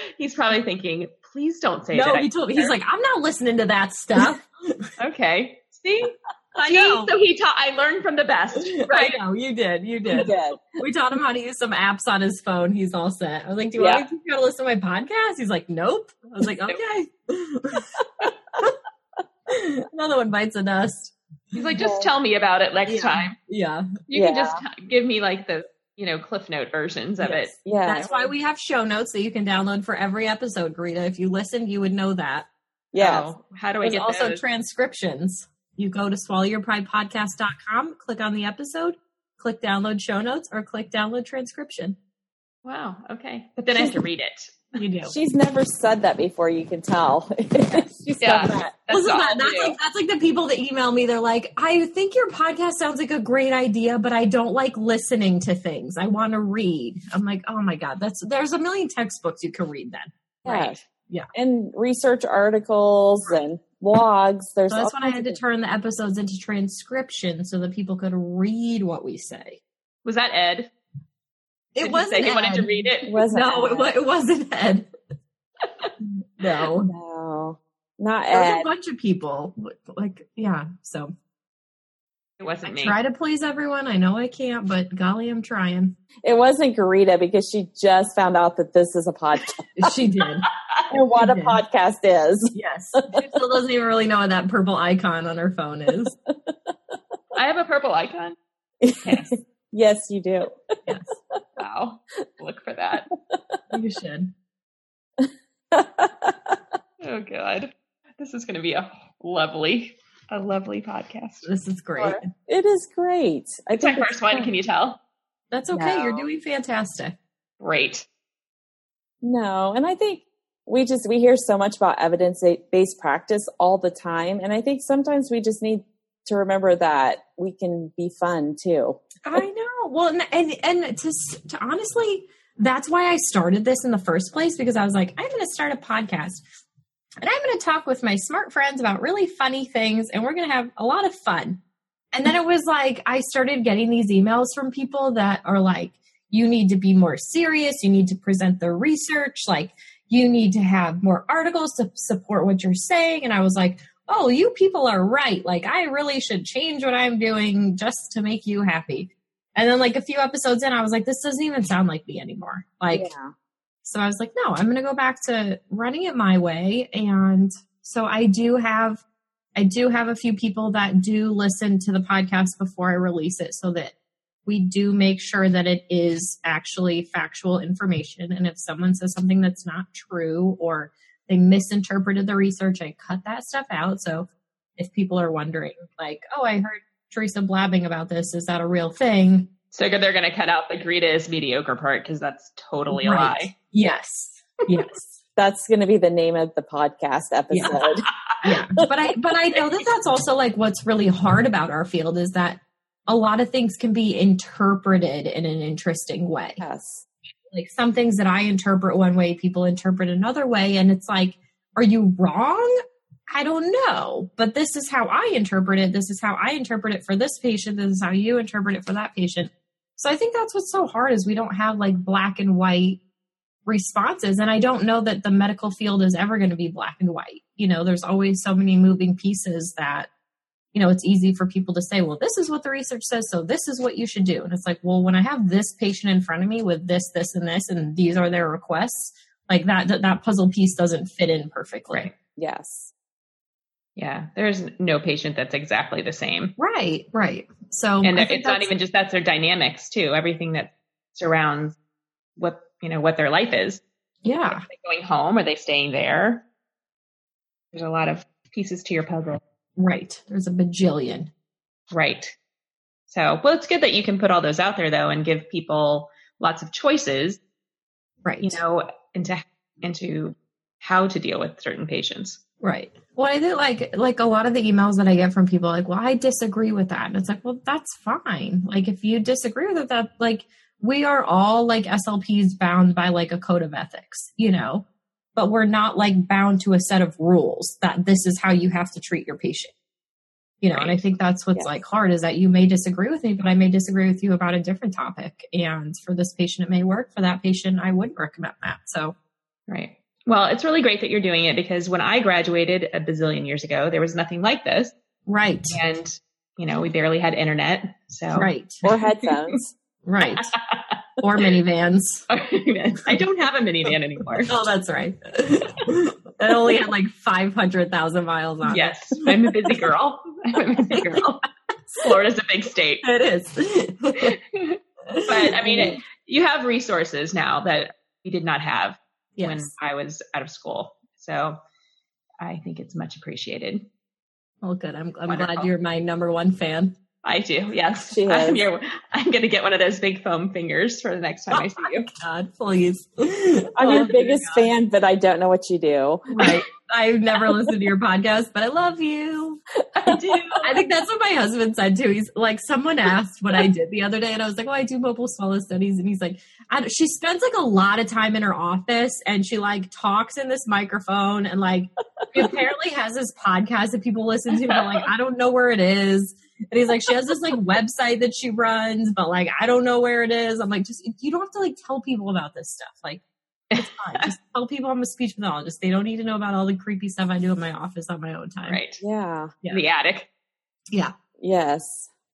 Speaker 3: he's probably thinking, please don't say
Speaker 1: No,
Speaker 3: that.
Speaker 1: he told me he's like, "I'm not listening to that stuff."
Speaker 3: okay, see,
Speaker 1: I
Speaker 3: See?
Speaker 1: know.
Speaker 3: So he taught. I learned from the best, right?
Speaker 1: I know you did. You
Speaker 2: You
Speaker 1: did.
Speaker 2: did.
Speaker 1: we taught him how to use some apps on his phone. He's all set. I was like, "Do you
Speaker 2: Yeah.
Speaker 1: want me to teach you how to listen to my podcast?" He's like, "Nope." I was like, "Okay." Another one bites the dust.
Speaker 3: He's like, just tell me about it next
Speaker 1: Yeah.
Speaker 3: time.
Speaker 1: Yeah,
Speaker 3: You can
Speaker 2: Yeah.
Speaker 3: just t- give me like the you know cliff note versions of
Speaker 1: Yes.
Speaker 3: it.
Speaker 2: Yeah.
Speaker 1: that's why we have show notes that you can download for every episode, Greta. If you listened, you would know that.
Speaker 2: yeah.
Speaker 3: Oh, how do I
Speaker 1: There's
Speaker 3: get
Speaker 1: also
Speaker 3: those?
Speaker 1: transcriptions. You go to swallowyourpridepodcast.com, click on the episode, click download show notes, or click download transcription.
Speaker 3: wow. Okay, but then I have to read it.
Speaker 1: You do.
Speaker 2: She's never said that before. You can tell. She's
Speaker 3: Yeah.
Speaker 2: done that.
Speaker 3: That's
Speaker 1: Listen,
Speaker 3: all
Speaker 1: that,
Speaker 3: I'll
Speaker 1: that's
Speaker 3: do.
Speaker 1: like that's like the people that email me. They're like, I think your podcast sounds like a great idea, but I don't like listening to things. I want to read. I'm like, oh my god, that's there's a million textbooks you can read then.
Speaker 3: Right.
Speaker 1: Yeah.
Speaker 2: And research articles and blogs. There's
Speaker 1: So that's
Speaker 2: all
Speaker 1: when I had
Speaker 2: kinds
Speaker 1: to
Speaker 2: of-
Speaker 1: turn the episodes into transcription so that people could read what we say.
Speaker 3: Was that Ed?
Speaker 1: It
Speaker 3: Did
Speaker 1: wasn't.
Speaker 3: He say he wanted to
Speaker 1: Ed.
Speaker 3: read it.
Speaker 2: wasn't
Speaker 1: No, it,
Speaker 2: Ed.
Speaker 1: wa- it wasn't Ed. no,
Speaker 2: No, not
Speaker 1: there was a
Speaker 2: Ed.
Speaker 1: bunch of people. Like, yeah. So
Speaker 3: It wasn't me.
Speaker 1: try to please everyone. I know I can't, but golly, I'm trying.
Speaker 2: It wasn't Garita because she just found out that this is a podcast
Speaker 1: She did.
Speaker 2: and what a
Speaker 1: did.
Speaker 2: podcast is.
Speaker 1: Yes. She still doesn't even really know what that purple icon on her phone is.
Speaker 3: I have a purple icon.
Speaker 2: Yes, yes, you do.
Speaker 1: Yes.
Speaker 3: Wow. Look for that.
Speaker 1: You should.
Speaker 3: Oh god. This is going to be a lovely a lovely podcast.
Speaker 1: This is great.
Speaker 2: Sure. It is great. I
Speaker 3: It's my
Speaker 2: think
Speaker 3: first one,
Speaker 2: fun.
Speaker 3: can you tell?
Speaker 1: That's okay.
Speaker 2: No.
Speaker 1: You're doing fantastic.
Speaker 3: Great.
Speaker 2: No, and I think we just we hear so much about evidence based practice all the time and i think sometimes we just need to remember that we can be fun too
Speaker 1: I know. Well, and and, and to, s- to honestly, that's why I started this in the first place because I was like, I'm going to start a podcast and I'm going to talk with my smart friends about really funny things and we're going to have a lot of fun. And then it was like, I started getting these emails from people that are like, you need to be more serious. You need to present the research. Like, you need to have more articles to support what you're saying. And I was like, oh, you people are right. Like, I really should change what I'm doing just to make you happy. And then, like, a few episodes in, I was like, this doesn't even sound like me anymore. Like,
Speaker 2: yeah
Speaker 1: so I was like, no, I'm going to go back to running it my way. And so I do have, I do have a few people that do listen to the podcast before I release it so that we do make sure that it is actually factual information. And if someone says something that's not true or they misinterpreted the research, I cut that stuff out. So if people are wondering, like, oh, I heard Teresa blabbing about this, is that a real thing?
Speaker 3: So they're going to cut out the Greta is mediocre part because that's totally a
Speaker 1: Right.
Speaker 3: lie.
Speaker 1: Yes. Yes.
Speaker 2: that's going to be the name of the podcast episode
Speaker 1: yeah but i but i know that that's also like what's really hard about our field is that a lot of things can be interpreted in an interesting way
Speaker 2: yes
Speaker 1: like some things that i interpret one way people interpret another way and it's like are you wrong i don't know but this is how i interpret it this is how i interpret it for this patient this is how you interpret it for that patient so i think that's what's so hard is we don't have like black and white responses and i don't know that the medical field is ever going to be black and white you know there's always so many moving pieces that you know it's easy for people to say well this is what the research says so this is what you should do and it's like well when i have this patient in front of me with this this and this and these are their requests like that that, that puzzle piece doesn't fit in perfectly
Speaker 3: Right.
Speaker 2: yes
Speaker 3: Yeah. There's no patient that's exactly the same.
Speaker 1: right right. so
Speaker 3: and
Speaker 1: I
Speaker 3: it's
Speaker 1: think
Speaker 3: not
Speaker 1: that's-
Speaker 3: even just that's their dynamics too. Everything that surrounds what, you know, what their life is.
Speaker 1: yeah
Speaker 3: Are they going home? Are they staying there? There's a lot of pieces to your puzzle.
Speaker 1: right there's a bajillion
Speaker 3: Right. So, well, it's good that you can put all those out there though and give people lots of choices,
Speaker 1: right
Speaker 3: you know, into, into how to deal with certain patients.
Speaker 1: Right. Well, I think like like a lot of the emails that I get from people like, well, I disagree with that. And it's like, well, that's fine. Like if you disagree with it, that like we are all like SLPs bound by like a code of ethics, you know, but we're not like bound to a set of rules that this is how you have to treat your patient. You know, and I
Speaker 3: Right.
Speaker 1: think that's what's
Speaker 2: Yes.
Speaker 1: like hard is that you may disagree with me, but I may disagree with you about a different topic. And for this patient, it may work. For that patient, I wouldn't recommend that. So,
Speaker 3: Right. Well, it's really great that you're doing it because when I graduated a bazillion years ago, there was nothing like this.
Speaker 1: right,
Speaker 3: And, you know, we barely had internet. So,
Speaker 1: right,
Speaker 2: or headphones
Speaker 1: right. or minivans.
Speaker 3: I don't have a minivan anymore.
Speaker 1: Oh, that's right. that only had like 500,000 miles on it.
Speaker 3: Yes, I'm a busy girl. I'm a busy girl. Florida's a big state.
Speaker 1: It is.
Speaker 3: But I mean,
Speaker 1: Mm-hmm.
Speaker 3: it- you have resources now that you did not have
Speaker 1: yes.
Speaker 3: when I was out of school. So I think it's much appreciated.
Speaker 1: well, good. I'm, I'm glad
Speaker 3: Wonderful.
Speaker 1: you're my number one fan.
Speaker 3: I do. Yes.
Speaker 2: She
Speaker 3: I'm,
Speaker 2: is.
Speaker 3: your, I'm going to get one of those big foam fingers for the next time I see you.
Speaker 1: God, please.
Speaker 2: i'm
Speaker 1: Oh,
Speaker 2: your biggest fan but i don't know what you do
Speaker 1: Right. I've never listened to your podcast, but I love you.
Speaker 3: I do.
Speaker 1: I think that's what my husband said too. He's like, someone asked what I did the other day, and I was like, "Well, I do mobile swallow studies." And he's like, I don't, "She spends like a lot of time in her office, and she like talks in this microphone, and like she apparently has this podcast that people listen to, but like I don't know where it is." And he's like, "She has this like website that she runs, but like I don't know where it is." I'm like, "Just you don't have to like tell people about this stuff, like." It's fine. Just tell people I'm a speech pathologist. They don't need to know about all the creepy stuff I do in my office on my own time.
Speaker 3: Right.
Speaker 2: yeah
Speaker 1: Yeah.
Speaker 3: The attic.
Speaker 1: Yeah.
Speaker 2: yes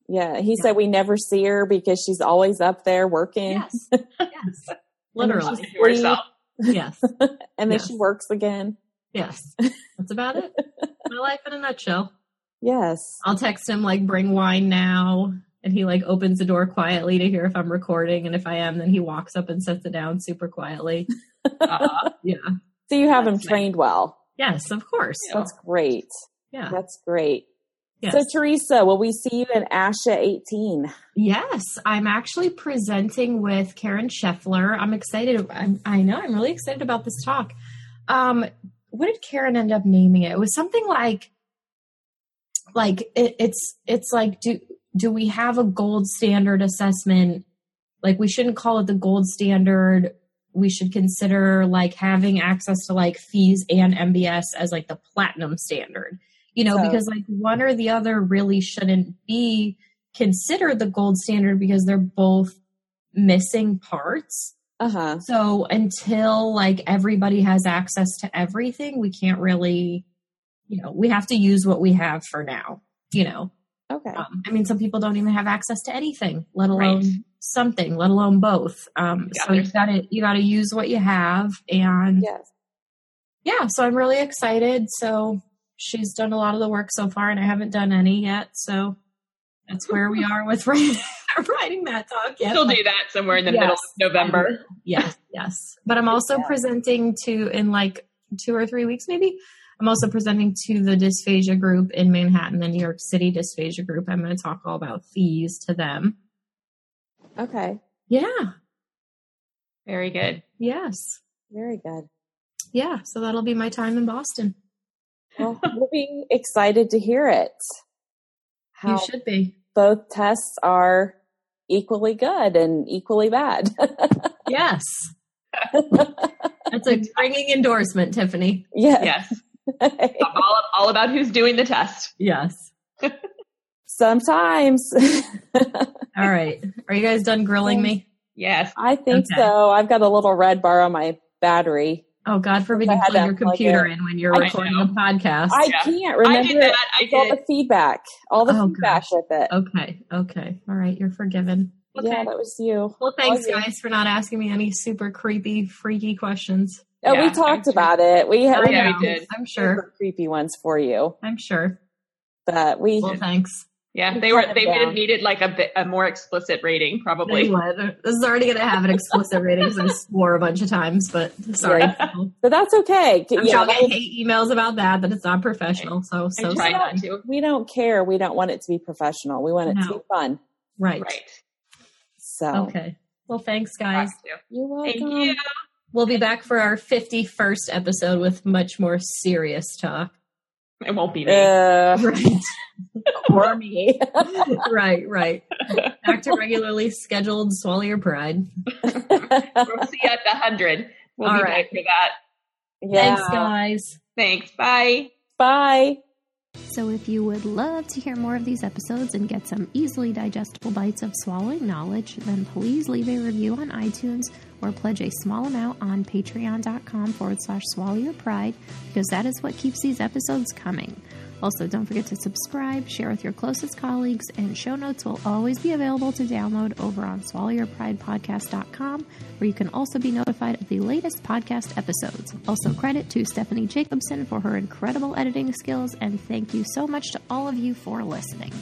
Speaker 2: yeah he said we never see her because she's always up there working
Speaker 1: Yes. Yes. Literally.
Speaker 3: To herself.
Speaker 1: Yes.
Speaker 2: and then
Speaker 1: Yes.
Speaker 2: she works again
Speaker 1: Yes. That's about it. My life in a nutshell.
Speaker 2: yes
Speaker 1: I'll text him like bring wine now and he like opens the door quietly to hear if I'm recording and if I am then he walks up and sets it down super quietly.
Speaker 3: Aw.
Speaker 1: Yeah.
Speaker 2: so you have him
Speaker 3: That's nice.
Speaker 2: trained well
Speaker 1: Yes, of course.
Speaker 3: Yeah.
Speaker 2: that's great
Speaker 1: Yeah.
Speaker 2: that's great
Speaker 1: Yes.
Speaker 2: So Teresa, will we see you in Asha 18?
Speaker 1: Yes, I'm actually presenting with Karen Scheffler. I'm excited. I'm, I know I'm really excited about this talk. um what did Karen end up naming it? It was something like like it, it's it's like do do we have a gold standard assessment? Like we shouldn't call it the gold standard. We should consider like having access to like fees and MBS as like the platinum standard. You know,
Speaker 2: So-
Speaker 1: because like one or the other really shouldn't be considered the gold standard because they're both missing parts.
Speaker 2: Uh
Speaker 1: Uh-huh.
Speaker 2: huh.
Speaker 1: So until like everybody has access to everything, we can't really, you know, we have to use what we have for now. You know,
Speaker 2: Okay.
Speaker 1: um, I mean, some people don't even have access to anything, let alone
Speaker 3: Right.
Speaker 1: something, let alone both. Um,
Speaker 3: Yeah,
Speaker 1: so you
Speaker 3: there's-
Speaker 1: gotta you gotta use what you have, and yeah.
Speaker 2: Yes.
Speaker 1: So I'm really excited. So she's done a lot of the work so far, and I haven't done any yet. So that's where we are with writing, writing that talk. Yet,
Speaker 3: She'll do that somewhere in the
Speaker 1: Yes.
Speaker 3: middle of November.
Speaker 1: yes yes but i'm also
Speaker 2: Yeah.
Speaker 1: presenting to in like two or three weeks maybe i'm also presenting to the dysphagia group in manhattan the new york city dysphagia group i'm going to talk all about fees to them
Speaker 2: Okay.
Speaker 1: yeah
Speaker 3: Very good.
Speaker 1: yes
Speaker 2: Very good.
Speaker 1: yeah so that'll be my time in boston
Speaker 2: Well, we'll be excited to hear it. How
Speaker 1: you should be
Speaker 2: both tests are equally good and equally bad.
Speaker 1: yes that's a ringing endorsement tiffany
Speaker 2: yes.
Speaker 3: Yes. all, all about who's doing the test.
Speaker 1: yes
Speaker 2: Sometimes.
Speaker 1: all right are you guys done grilling me
Speaker 3: Yes.
Speaker 2: I think
Speaker 1: Okay.
Speaker 2: so. I've got a little red bar on my battery.
Speaker 1: oh god forbid
Speaker 2: I
Speaker 1: you
Speaker 2: had
Speaker 1: plug
Speaker 2: to
Speaker 1: your
Speaker 2: unplug
Speaker 1: computer
Speaker 2: it.
Speaker 1: in when you're
Speaker 2: I
Speaker 1: recording a
Speaker 3: know.
Speaker 1: podcast
Speaker 2: I
Speaker 3: Yeah.
Speaker 2: can't
Speaker 3: I
Speaker 2: remember
Speaker 3: did
Speaker 2: it.
Speaker 3: that. I
Speaker 2: It's all
Speaker 3: did.
Speaker 2: the feedback. All the
Speaker 1: Oh,
Speaker 2: feedback
Speaker 1: gosh.
Speaker 2: with it.
Speaker 1: Okay. Okay. All right. You're forgiven. Okay.
Speaker 2: Yeah, that was you.
Speaker 1: well, thanks,
Speaker 2: all you.
Speaker 1: guys, for not asking me any super creepy, freaky questions.
Speaker 2: Oh,
Speaker 3: Yeah,
Speaker 2: we talked
Speaker 3: I'm sure.
Speaker 2: about it. We had
Speaker 3: Oh,
Speaker 2: we
Speaker 3: yeah,
Speaker 2: had
Speaker 3: we did.
Speaker 1: I'm sure.
Speaker 2: super creepy ones for you,
Speaker 1: I'm sure.
Speaker 2: but we
Speaker 1: Well, thanks.
Speaker 3: Yeah,
Speaker 2: You
Speaker 3: they were.
Speaker 2: cut it
Speaker 3: They would
Speaker 2: down.
Speaker 3: have needed like a bit, a more explicit rating, probably.
Speaker 1: Anyway, this is already going to have an explicit rating because I swore a bunch of times, but sorry.
Speaker 2: Yeah.
Speaker 1: people.
Speaker 2: but that's okay.
Speaker 1: I'm
Speaker 2: Yeah,
Speaker 1: sure I'll
Speaker 2: that
Speaker 1: get
Speaker 2: was-
Speaker 1: hate emails about that, but it's not professional. So,
Speaker 3: I
Speaker 1: so sorry.
Speaker 3: try not to.
Speaker 2: we don't care. We don't want it to be professional. We want it to
Speaker 1: No.
Speaker 2: be fun.
Speaker 1: Right.
Speaker 3: Right.
Speaker 2: So
Speaker 1: Okay. Well, thanks,
Speaker 3: Talk
Speaker 1: guys.
Speaker 3: to.
Speaker 2: you're
Speaker 3: Thank
Speaker 2: welcome.
Speaker 3: you.
Speaker 1: We'll be back for our 51st episode with much more serious talk.
Speaker 3: It won't be me.
Speaker 2: Uh,
Speaker 1: Right.
Speaker 2: or me.
Speaker 1: right, right. Back to regularly scheduled Swallow Your Pride.
Speaker 3: we'll see you at the hundred. We'll
Speaker 1: All
Speaker 3: be
Speaker 1: right.
Speaker 3: back for that.
Speaker 2: yeah.
Speaker 1: Thanks, guys.
Speaker 3: Thanks. Bye.
Speaker 2: Bye.
Speaker 5: So, if you would love to hear more of these episodes and get some easily digestible bites of swallowing knowledge, then please leave a review on iTunes or pledge a small amount on patreon.com forward slash swallow your pride because that is what keeps these episodes coming. Also, don't forget to subscribe, share with your closest colleagues, and show notes will always be available to download over on swallowyourpridepodcast.com, where you can also be notified of the latest podcast episodes. Also, credit to Stephanie Jacobson for her incredible editing skills, and thank you so much to all of you for listening.